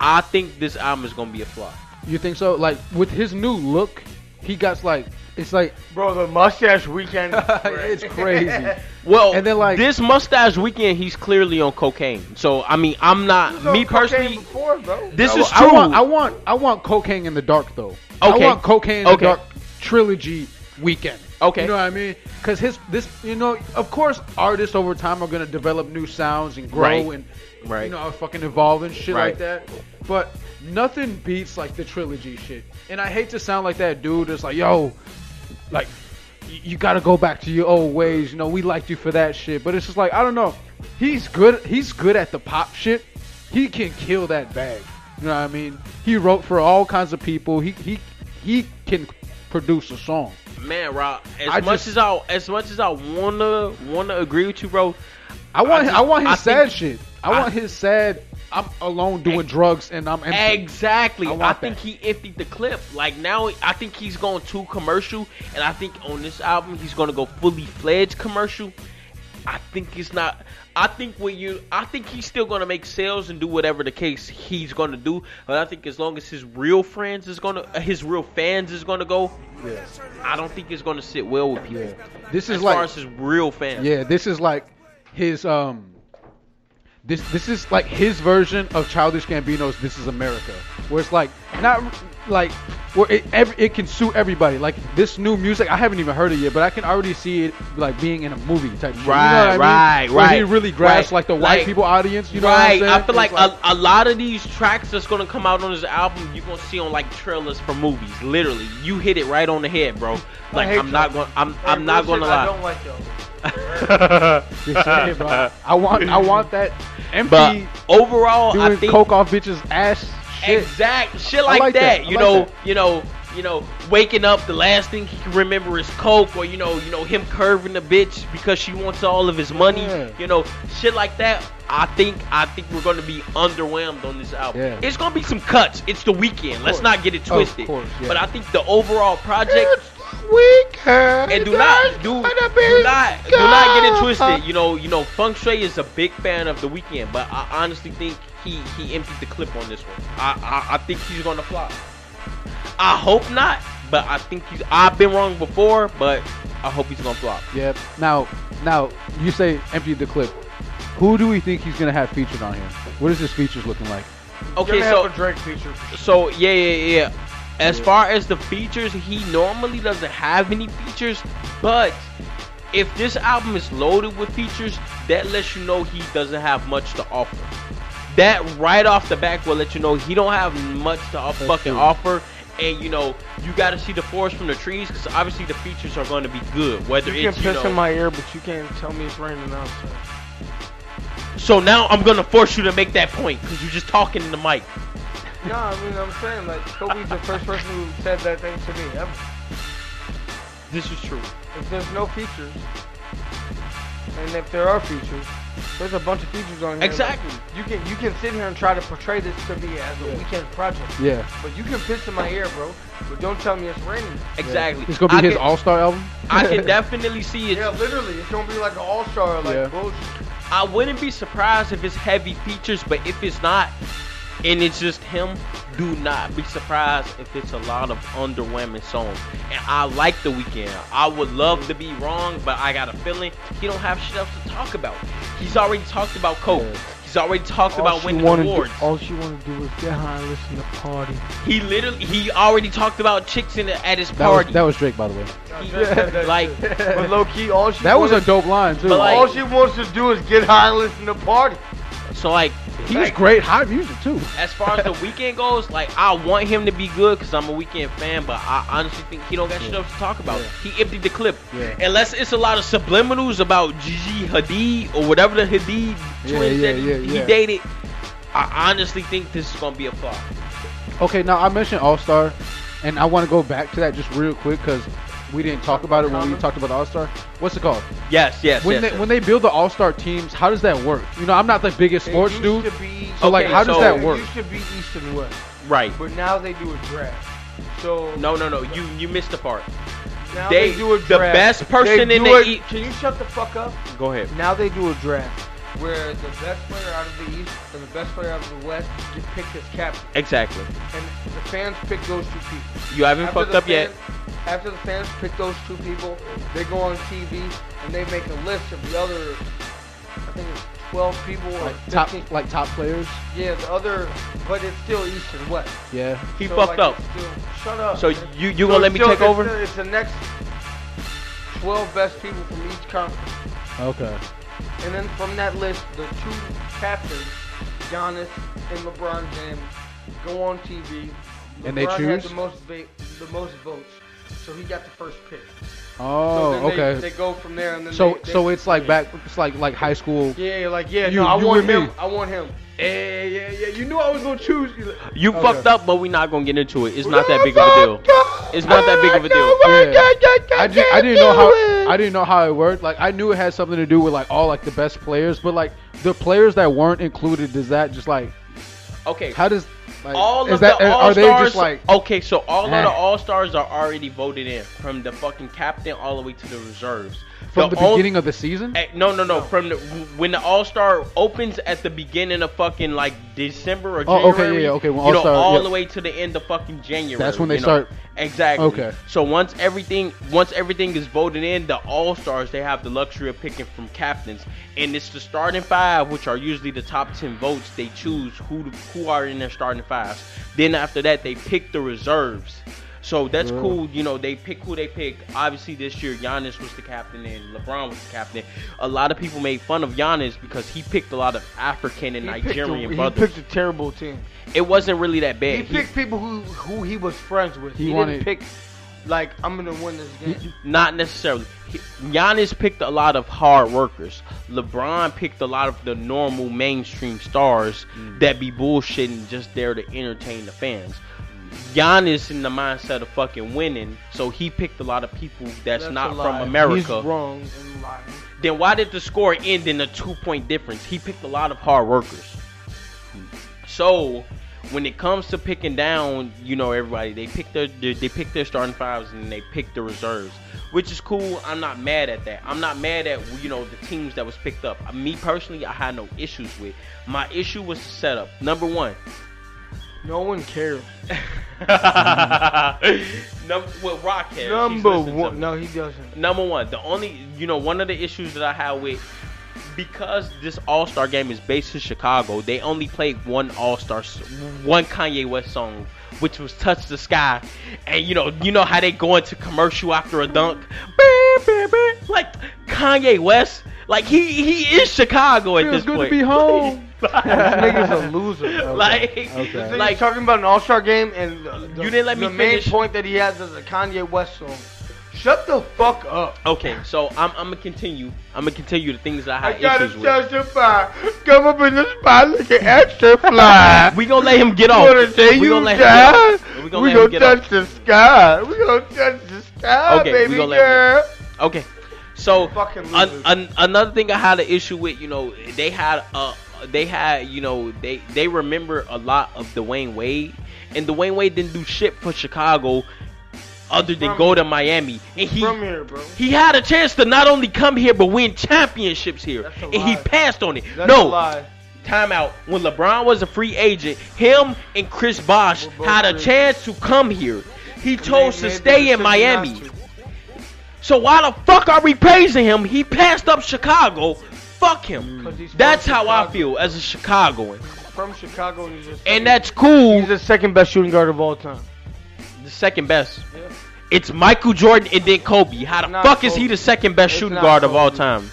S2: I think this album is gonna be a flop.
S1: You think so? Like with his new look, he got like it's like
S3: Bro, the mustache weekend.
S1: it's crazy.
S2: Well,
S1: And then, like-
S2: this mustache weekend, he's clearly on cocaine. So I mean, I'm not me personally.
S3: Before, bro.
S2: This
S1: No,
S2: is
S1: I
S2: true.
S1: want, I want I want cocaine in the dark though.
S2: Okay.
S1: I want cocaine in
S2: Okay.
S1: the dark trilogy weekend.
S2: Okay.
S1: You know what I mean? Cuz his this you know of course artists over time are going to develop new sounds and grow
S2: Right.
S1: and
S2: Right.
S1: you know fucking evolve and shit
S2: Right.
S1: like that. But nothing beats like the trilogy shit. And I hate to sound like that dude that's like yo like y- you got to go back to your old ways. You know, we liked you for that shit, but it's just like I don't know. He's good. He's good at the pop shit. He can kill that bag. You know what I mean? He wrote for all kinds of people. He he he can produce a song.
S2: man, Rob. As
S1: I
S2: much
S1: just-
S2: as I as much as I wanna wanna agree with you, bro.
S1: I want I,
S2: just-
S1: want his
S2: I
S1: sad
S2: think-
S1: shit. I, want his sad. I'm alone doing drugs and I'm empty.
S2: Exactly.
S1: I
S2: I,
S1: want
S2: think
S1: that.
S2: he emptied the clip. Like now, I think he's going too commercial, and I think on this album he's gonna go fully fledged commercial. I think it's not. I think when you, I think he's still gonna make sales and do whatever the case he's gonna do. But I think as long as his real friends is gonna, uh, his real fans is gonna go, I don't think it's gonna sit well with people.
S1: This is
S2: as
S1: like
S2: far as his real fans.
S1: Yeah, this is like his um this this is like his version of Childish Gambino's This Is America, where it's like not like where it every, it can suit everybody. Like this new music, I haven't even heard it yet, but I can already see it like being in a movie type. Shit,
S2: Right,
S1: you know what I
S2: right,
S1: mean? Where
S2: right,
S1: he really grasped
S2: right.
S1: like the white
S2: Like,
S1: people audience. You know
S2: right.
S1: what I'm saying?
S2: I feel like,
S1: It's
S2: a, a lot of these tracks that's gonna come out on this album, you're gonna see on like trailers for movies. Literally, you hit it right on the head, bro. Like
S3: hate
S2: I'm not
S3: y'all.
S2: gonna, I'm, I'm not gonna
S3: I
S2: lie.
S3: don't like y'all.
S1: Just saying, bro. I want I want that empty
S2: But overall, I
S1: doing
S2: think
S1: coke off bitches ass shit.
S2: Exact shit
S1: I
S2: like,
S1: like
S2: that.
S1: that. I
S2: You
S1: like
S2: know,
S1: that.
S2: you know, you know, waking up the last thing he can remember is coke, or you know, you know him curving the bitch because she wants all of his money.
S1: Yeah.
S2: You know, shit like that. I think I think we're gonna be underwhelmed on this album.
S1: Yeah.
S2: It's gonna be some cuts. It's the weekend. Let's
S1: course.
S2: not get it
S1: Of
S2: twisted.
S1: course, yeah.
S2: But I think the overall project
S4: Weekend.
S2: and do not do, do not do not get it twisted. You know, you know, Feng Shui is a big fan of the weekend, but I honestly think he he emptied the clip on this one. I I, I think he's gonna flop. I hope not, but I think he's. I've been wrong before, but I hope he's gonna flop.
S1: Yep. Now, now you say empty the clip. Who do we think he's gonna have featured on here? What is his features looking like?
S2: Okay,
S3: You're gonna
S2: so
S3: have a Drake feature.
S2: so yeah yeah yeah. As far as the features, he normally doesn't have any features, but. If this album is loaded with features, that lets you know he doesn't have much to offer. that right off the back will let you know he don't have much to off- fucking
S1: true.
S2: offer. And you know you got to see the forest from the trees because obviously the features are going to be good. Whether
S3: You can
S2: it's you
S3: piss
S2: know,
S3: in my ear, but you can't tell me it's raining outside.
S2: so now I'm gonna force you to make that point because you're just talking in the mic.
S3: No, I mean I'm saying like Kobe's the first person who said that thing to me ever.
S2: This is true.
S3: If there's no features, and if there are features, there's a bunch of features on here. like,
S2: Exactly.
S3: you can you can sit here and try to portray this to me as a weekend project,
S1: Yeah.
S3: but you can piss in my ear, bro. But don't tell me it's raining.
S2: Exactly.
S1: It's gonna be
S2: I
S1: his
S2: can,
S1: all star album.
S2: I can definitely see it.
S3: Yeah, literally, it's gonna be like an all star, like
S1: Yeah.
S3: bullshit.
S2: I wouldn't be surprised if it's heavy features, but if it's not, and it's just him, do not be surprised if it's a lot of underwhelming songs. And I like The Weeknd. I would love to be wrong, but I got a feeling he don't have shit else to talk about. He's already talked about Coke.
S1: Yeah.
S2: He's already talked about winning
S3: wanna
S2: awards.
S3: do, all she wanna do is get high and listen to party.
S2: he literally, he already talked about chicks in the, at his
S1: That was,
S2: party.
S1: that was Drake, by the way.
S2: He-
S3: Yeah.
S2: like,
S3: But low key, all she
S1: That was a
S3: wanna-
S1: dope line too.
S2: But like-
S3: all she wants to do is get high and listen to party.
S2: so like,
S1: he was great, high music too.
S2: as far as the weekend goes, like I want him to be good because I'm a weekend fan, but I honestly think he don't got shit else to talk about. He emptied the clip,
S1: Yeah.
S2: unless it's a lot of subliminals about Gigi Hadid or whatever the Hadid
S1: Yeah,
S2: twins
S1: yeah,
S2: that
S1: yeah,
S2: he
S1: yeah.
S2: dated. I honestly think this is gonna be a flop.
S1: Okay, now I mentioned All Star, and I want to go back to that just real quick because we didn't talk about it when we talked about the All Star. What's it called?
S2: Yes, yes,
S1: When they when they build the All Star teams, how does that work? You know, I'm not the biggest sports
S3: It used
S1: dude.
S3: to be-
S1: So like,
S2: Okay,
S1: how does
S2: so-
S1: that
S3: It
S1: work?
S3: used to be East and West,
S2: right.
S3: but now they do a draft. So
S2: No, no, no. You you missed the part.
S3: now
S2: they-
S3: they, do a
S2: the
S3: draft.
S2: best person
S3: They
S2: in
S3: do
S2: the
S3: a-
S2: E-
S3: Can you shut the fuck up?
S2: Go ahead.
S3: Now they do a draft where the best player out of the East and the best player out of the West get picked as captain,
S2: Exactly.
S3: and the fans pick those two people.
S2: You haven't
S3: After
S2: fucked
S3: the
S2: up yet.
S3: fans- After the fans pick those two people, they go on TV and they make a list of the other, I think it's 12 people or
S1: Like top
S3: 15
S1: like top players.
S3: Yeah, the other, but it's still East and West.
S1: Yeah.
S2: He
S3: So, like,
S2: fucked up.
S3: it's Still, shut up.
S2: So
S3: man.
S2: you you
S3: So
S2: gonna let
S3: it's
S2: me
S3: still-
S2: take
S3: it's
S2: over?
S3: the- It's the next 12 best people from each conference,
S1: Okay.
S3: and then from that list, the two captains, Giannis and LeBron James, go on TV. LeBron
S1: And they
S3: had
S1: choose?
S3: the most va- the most votes, so he got the first pick.
S1: Oh,
S3: so then
S1: okay.
S3: They, they go from there, and then
S1: so
S3: they, they,
S1: so it's like back it's like like high school.
S3: yeah, like yeah,
S1: You-
S3: no, I
S1: you
S3: want
S1: and me.
S3: him. I want him.
S1: Yeah, yeah, yeah. You knew I was gonna choose. You.
S2: You
S1: Okay.
S2: fucked up, but we're not gonna get into it. It's not that big of a deal. It's not that big of a deal.
S1: I, ju- I didn't know how I didn't know how it worked. Like I knew it had something to do with like all like the best players, but like the players that weren't included, does that just like
S2: Okay.
S1: how does like
S2: all
S1: is
S2: of
S1: that
S2: the all
S1: are
S2: stars
S1: they just like
S2: okay so all
S1: Nah.
S2: of the all stars are already voted in from the fucking captain all the way to the reserves
S1: from the,
S2: on-
S1: beginning of the season?
S2: eh, no, no, no. From the when the All Star opens at the beginning of fucking like December or January.
S1: Oh, okay, yeah, yeah, okay, when
S2: you know,
S1: All-Star,
S2: all
S1: yeah.
S2: the way to the end of fucking January.
S1: That's when they
S2: you know.
S1: start-
S2: Exactly.
S1: Okay.
S2: So once everything once everything is voted in, the All Stars they have the luxury of picking from captains, and it's the starting five, which are usually the top ten votes. They choose who who are in their starting fives. Then after that, they pick the reserves. So that's cool, you know. They pick who they pick. Obviously, this year Giannis was the captain and LeBron was the captain. A lot of people made fun of Giannis because he picked a lot of African and
S3: He picked a-
S2: Nigerian
S3: he
S2: brothers.
S3: picked a terrible team.
S2: It wasn't really that
S3: He
S2: bad. He-
S3: picked people who who he was friends with.
S1: He
S3: He,
S1: wanted-
S3: didn't pick like I'm gonna win this game.
S2: Not necessarily. He- Giannis picked a lot of hard workers. LeBron picked a lot of the normal mainstream stars
S3: Mm.
S2: that be bullshitting just there to entertain the fans. Giannis in the mindset of fucking winning, so he picked a lot of people that's,
S3: That's
S2: not
S3: a
S2: from
S3: lie.
S2: America.
S3: He's wrong and lying.
S2: Then why did the score end in a two point difference? He picked a lot of hard workers. So when it comes to picking down, you know everybody they pick their they they pick their starting fives and they pick the reserves, which is cool. I'm not mad at that. I'm not mad at you know the teams that was picked up. Uh, Me personally, I had no issues with. My issue was the setup. Number one,
S3: No one cares.
S2: number well, Rock cares. He's
S3: Number
S2: listening to me.
S3: one. No, he doesn't.
S2: Number one, the only you know one of the issues that I had with because this All Star game is based in Chicago, they only played one All Star, one Kanye West song, which was "Touch the Sky," and you know you know how they go into commercial after a dunk, Beep, beep, beep. like Kanye West, like he he is Chicago at
S1: Feels
S2: this
S1: good
S2: point.
S1: to be home.
S3: nigga's a loser.
S2: like
S1: Okay.
S3: Like
S2: like
S3: talking about an All Star game and the, the-
S2: You didn't let me
S3: the main
S2: finish.
S3: point that he has is a Kanye West song. Shut the fuck up.
S2: okay, so I'm I'm gonna continue. I'm gonna continue the things that I
S3: I
S2: had
S3: gotta
S2: issues with.
S3: testify. Come up in the spot looking extra fly.
S2: We gonna let him get off.
S3: On the day
S2: we
S3: you
S2: gonna let
S3: die,
S2: him get off. We gonna
S3: we
S2: let
S3: gonna
S2: him get
S3: touch
S2: off.
S3: the sky. We gonna touch the sky,
S2: Okay, we
S3: baby
S2: gonna let him
S3: girl.
S2: Okay. So
S3: Fucking
S2: an,
S3: losers.
S2: an, another thing I had an issue with, you know, they had uh they had you know they they remember a lot of Dwayne Wade, and Dwayne Wade didn't do shit for Chicago, other than
S3: From
S2: go to Miami, and he
S3: From here, bro.
S2: he had a chance to not only come here but win championships here,
S3: That's a
S2: and he
S3: lie.
S2: passed on it.
S3: That's a
S2: no,
S3: lie.
S2: timeout. When LeBron was a free agent, him and Chris Bosh
S3: We're both
S2: had a
S3: free.
S2: chance to come here. He chose
S3: They
S2: to
S3: made
S2: stay
S3: the
S2: in
S3: decision
S2: Miami.
S3: not to.
S2: So why the fuck are we praising him? He passed up Chicago. Fuck him.
S3: Mm. 'Cause he's from
S2: That's how I
S3: Chicago.
S2: feel as a Chicagoan.
S3: From Chicago, and he's just
S2: And that's cool.
S3: he's the second best shooting guard of all time.
S2: The second best.
S3: Yeah.
S2: It's Michael Jordan and then Kobe. How the
S3: Not
S2: fuck is he
S3: Kobe.
S2: the second best
S3: It's
S2: shooting
S3: not
S2: guard of all
S3: Kobe.
S2: time?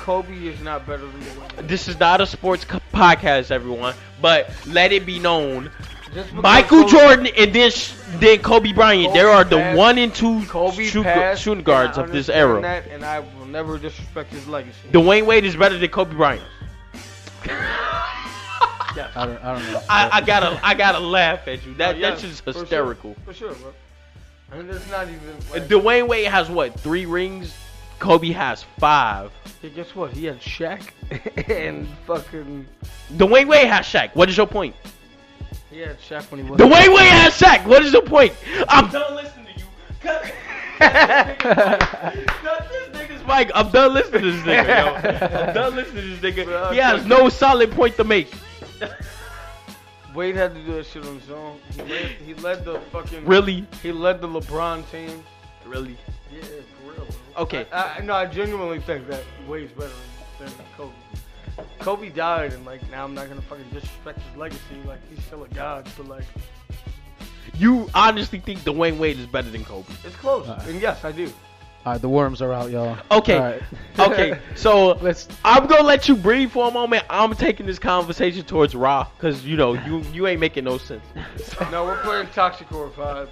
S3: Kobe is not better than Dwayne.
S2: This is not a sports co- podcast, everyone, but let it be known.
S3: Just because
S2: Michael
S3: Kobe-
S2: Jordan and then sh- then Kobe Bryant.
S3: Kobe
S2: there are the
S3: passed-
S2: one and two
S3: Kobe
S2: shoot-
S3: passed,
S2: shooting
S3: and I
S2: guards of this
S3: understand
S2: era.
S3: That, and I will never disrespect his legacy.
S2: Dwayne Wade is better than Kobe Bryant.
S1: I don't, I don't know.
S2: I, I gotta I gotta laugh at you. That
S3: Oh, yeah,
S2: that's just
S3: for sure.
S2: hysterical.
S3: For sure, bro. And it's not even. Like,
S2: Dwayne Wade has what three rings? Kobe has five.
S3: hey, guess what? He had Shaq and fucking.
S2: Dwayne Wade has Shaq. What is your point?
S3: He had Shaq when he was.
S2: Dwayne Wade has Shaq. What is your point? I'm done listening to you. Cut, cut this nigga's mic. I'm done listening to this nigga. Yo. I'm done listening to this nigga. He has no solid point to make.
S3: Wade had to do that shit on his own. He led, he led the fucking.
S2: Really,
S3: He led the LeBron team.
S2: really.
S3: Yeah, for real. Bro.
S2: Okay.
S3: I, I, no, I genuinely think that Wade's better than than Kobe. Kobe died, and like now I'm not gonna fucking disrespect his legacy. Like he's still a god, so like
S2: You honestly think Dwayne Wade is better than Kobe?
S3: it's close.
S2: Uh.
S1: Alright.
S3: And yes, I do.
S1: All right, the worms are out, y'all.
S2: Okay.
S1: All right.
S2: Okay. So
S1: Let's.
S2: I'm gonna let you breathe for a moment. I'm taking this conversation towards Ra because you know you you ain't making no sense.
S3: No, we're playing Toxic Horror Five.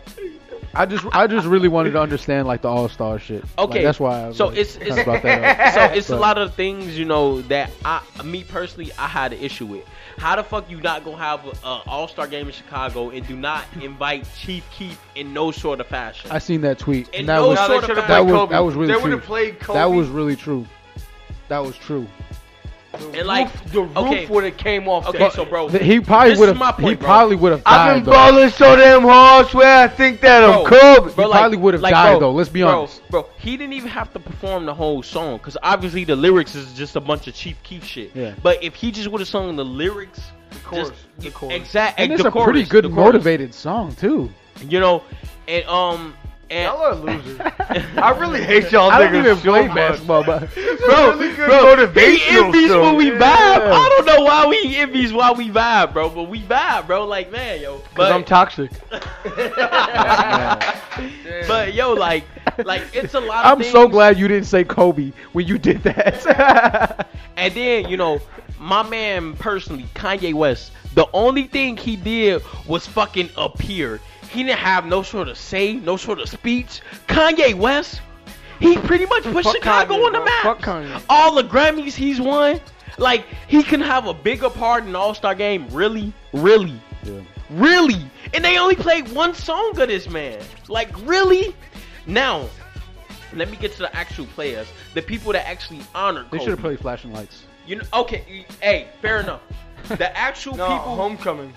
S1: I just, I just really wanted to understand like the all star shit. Like,
S2: Okay,
S1: that's why. I
S2: so
S1: like,
S2: it's-
S1: kinda
S2: it's-
S1: brought that up.
S2: So it's a
S1: But-
S2: lot of things you know that I me personally I had an issue with. How the fuck you not gonna have an All Star game in Chicago and do not invite Chief Keith in no sort of fashion?
S1: I seen that tweet, and,
S2: And
S1: that
S2: no
S1: was
S2: shot-
S3: No,
S2: sort
S3: they should
S2: of
S3: have
S2: bad.
S3: played
S1: That was-
S3: Kobe.
S1: that was really
S3: They would have
S1: true.
S3: played Kobe.
S1: that was really true. That was true.
S3: the
S2: like,
S3: roof, the roof
S2: okay.
S3: would have came off.
S2: Okay,
S3: that.
S2: so bro,
S1: Th- He probably
S2: this
S1: would
S2: is my
S1: have. He
S2: point, bro.
S1: probably would have
S3: I've
S1: died.
S3: been
S1: though.
S3: balling so damn hard. Swear I think that I'm Kobe.
S1: He probably would've died, though, let's be
S2: bro,
S1: honest.
S2: Bro, he didn't even have to perform the whole song because obviously the lyrics is just a bunch of Chief Keef shit.
S1: Yeah.
S2: But if he just would have sung the lyrics, the
S3: chorus, the chorus.
S2: exactly,
S1: And it's a pretty good motivated song too.
S2: You know, and um, and
S3: Y'all are losers. I really hate y'all
S1: I don't
S3: niggas
S1: even
S3: so
S1: play
S3: much.
S1: basketball, but
S3: Bro, really good
S2: He
S3: motivational
S2: envies when we
S3: song.
S2: vibe. I don't know why we envies why we vibe, bro. But we vibe, bro. Like man, yo. But
S3: I'm toxic.
S2: but yo, like, like it's a lot. Of
S1: I'm so
S2: things.
S1: glad you didn't say Kobe when you did that.
S2: And then, you know, my man personally, Kanye West, the only thing he did was fucking appear. He didn't have no sort of say, no sort of speech. Kanye West, he pretty much put
S5: Fuck
S2: Chicago
S5: Kanye,
S2: on the
S5: bro.
S2: map.
S5: Fuck Kanye.
S2: All the Grammys he's won, like he can have a bigger part in the All Star game. Really, really, really. And they only played one song of this man. Like really. Now, let me get to the actual players, the people that actually honored.
S1: They
S2: Kobe.
S1: should have played flashing lights.
S2: You know, okay, y- hey, fair enough. The actual
S3: No,
S2: people, home,
S3: homecoming.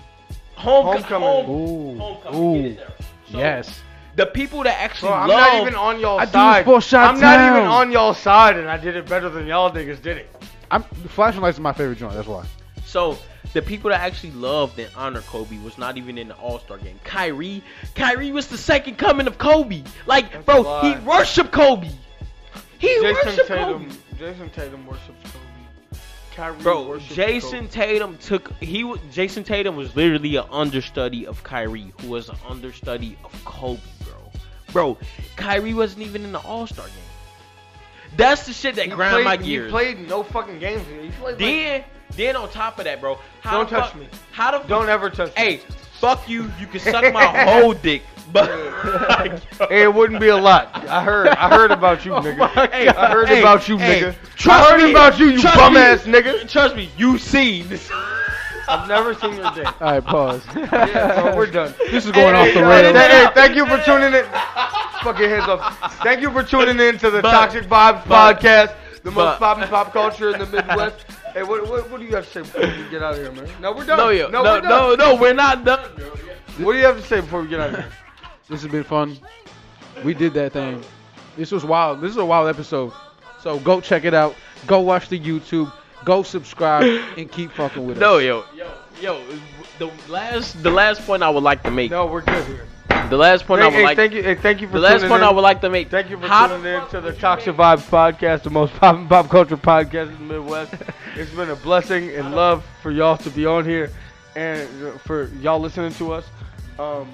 S2: homecoming,
S3: homecoming.
S2: home,
S1: Ooh.
S2: homecoming. get it
S1: Ooh.
S2: there. So,
S1: Yes.
S2: the people that actually
S3: Bro, I'm
S2: love.
S3: not even on y'all
S1: I do
S3: side.
S1: four shot
S3: I'm not even
S1: down.
S3: on y'all side, and I did it better than y'all niggas did it.
S1: I'm, flashing lights is my favorite joint. That's why.
S2: So the people that actually loved and honored Kobe was not even in the All Star game. Kyrie, Kyrie was the second coming of Kobe. Like,
S3: That's a
S2: bro,
S3: lie.
S2: he worshipped Kobe. He
S3: Jason
S2: worshipped
S3: Tatum.
S2: Kobe.
S3: Jason Tatum worships Kobe. Kyrie
S2: Bro,
S3: worships
S2: Jason
S3: Kobe.
S2: Tatum took he. wa- Jason Tatum was literally an understudy of Kyrie, who was an understudy of Kobe, bro. Bro, Kyrie wasn't even in the All Star game. That's the shit that
S3: He
S2: grind
S3: played,
S2: my
S3: he
S2: gears.
S3: played no fucking games. He played like,
S2: Then, then on top of that, bro, how
S3: Don't
S2: the
S3: touch
S2: fuck-
S3: me.
S2: How the fuck-
S3: don't ever touch.
S2: Hey, fuck you. You can suck my whole dick, but
S3: Hey, it wouldn't be a lot. I heard. I heard about you, nigga.
S2: Hey,
S3: I heard
S2: Oh hey,
S3: about you,
S2: hey,
S3: nigga.
S2: trust
S3: I heard
S2: me.
S3: about you, you
S2: Trust
S3: bum
S2: me.
S3: ass nigga.
S2: trust me, you seen this.
S3: I've never seen your dick.
S1: All right, pause.
S3: Yeah, bro, we're done.
S1: This is going off the
S3: Hey,
S1: rails.
S3: hey, hey, thank you for tuning in. Fuck your hands up. Thank you for tuning in to the
S2: But-
S3: Toxic Vibes
S2: but-
S3: podcast, the most
S2: but-
S3: poppin' pop culture in the Midwest. hey, what, what, what do you have to say before we get out of here, man? No, we're done.
S2: No, yo, no,
S3: we're
S2: no,
S3: done.
S2: no, we're not done.
S3: What do you have to say before we get out of here?
S1: This has been fun. We did that thing. This was wild. This is a wild episode. So go check it out. Go watch the YouTube. Go subscribe and keep fucking with
S2: No,
S1: us.
S2: yo, yo, yo. The last, the last point I would like to make.
S3: No, we're good here.
S2: The last point
S3: Hey,
S2: I would
S3: hey,
S2: like.
S3: thank you. Hey, thank you for
S2: the last
S3: tuning
S2: point
S3: in.
S2: I would like to make.
S3: Thank you for
S2: How
S3: tuning
S2: the
S3: in
S2: fuck
S3: to the
S2: would you
S3: Toxic
S2: make-
S3: Vibes podcast, the most pop and pop culture podcast in the Midwest. it's been a blessing and love for y'all to be on here and uh, for y'all listening to us. Um,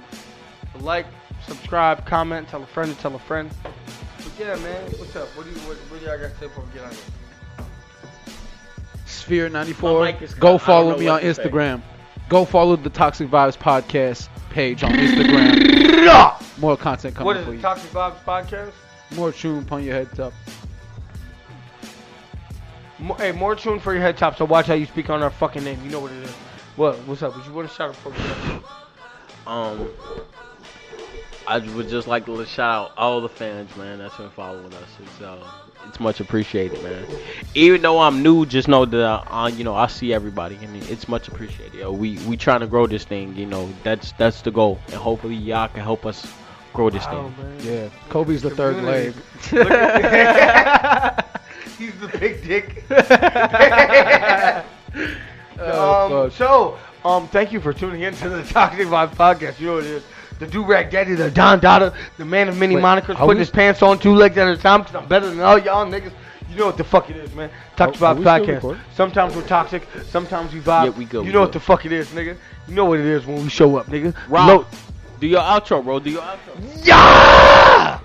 S3: like, subscribe, comment, tell a friend to tell a friend. But yeah, man, what's up? What do you what, what do y'all got to say before we get out of here?
S1: Sphere
S2: My
S1: 94.
S2: mic is
S1: Go
S2: cut. I don't
S1: follow
S2: know
S1: me
S2: what
S1: on
S2: to say.
S1: Instagram. Go follow the Toxic Vibes podcast page on Instagram. More content
S3: What
S1: coming
S3: is
S1: for
S3: it,
S1: you.
S3: Toxic Vibes podcast?
S1: More tune upon your head top.
S3: Mo- hey, more tune for your head top. So watch how you speak on our fucking name. You know what it is. What? What's up? What you want to shout out for? we get out of here?
S2: Um, I would just like to shout out all the fans, man, that's been following us. It's uh, it's much appreciated, man. Even though I'm new, just know that uh, you know I see everybody, and it's much appreciated. Yo, we we trying to grow this thing, you know. That's that's the goal, and hopefully y'all can help us grow this
S3: Oh,
S2: thing.
S3: man.
S1: Yeah. Kobe's the third
S3: Community.
S1: leg.
S3: He's the big dick.
S1: Oh,
S3: um,
S1: fuck.
S3: so, um, thank you for tuning in to the Toxic Vibe podcast. You know what it is. The do rag daddy, the Don Dada, the man of many
S1: Wait,
S3: monikers,
S1: are
S3: putting
S1: we-
S3: his pants on two legs at a time because I'm better than all y'all niggas. You know what the fuck it is, man. Toxic
S1: Are- are
S3: Vibe
S1: we still
S3: podcast.
S1: recording?
S3: Sometimes we're toxic, sometimes we vibe.
S2: Yeah, we good,
S3: You
S2: we
S3: know
S2: good.
S3: what the fuck it is, nigga. You know what it is when we show up, nigga.
S2: Rob,
S3: Low-
S2: do your outro, bro. Do your outro.
S3: Yeah!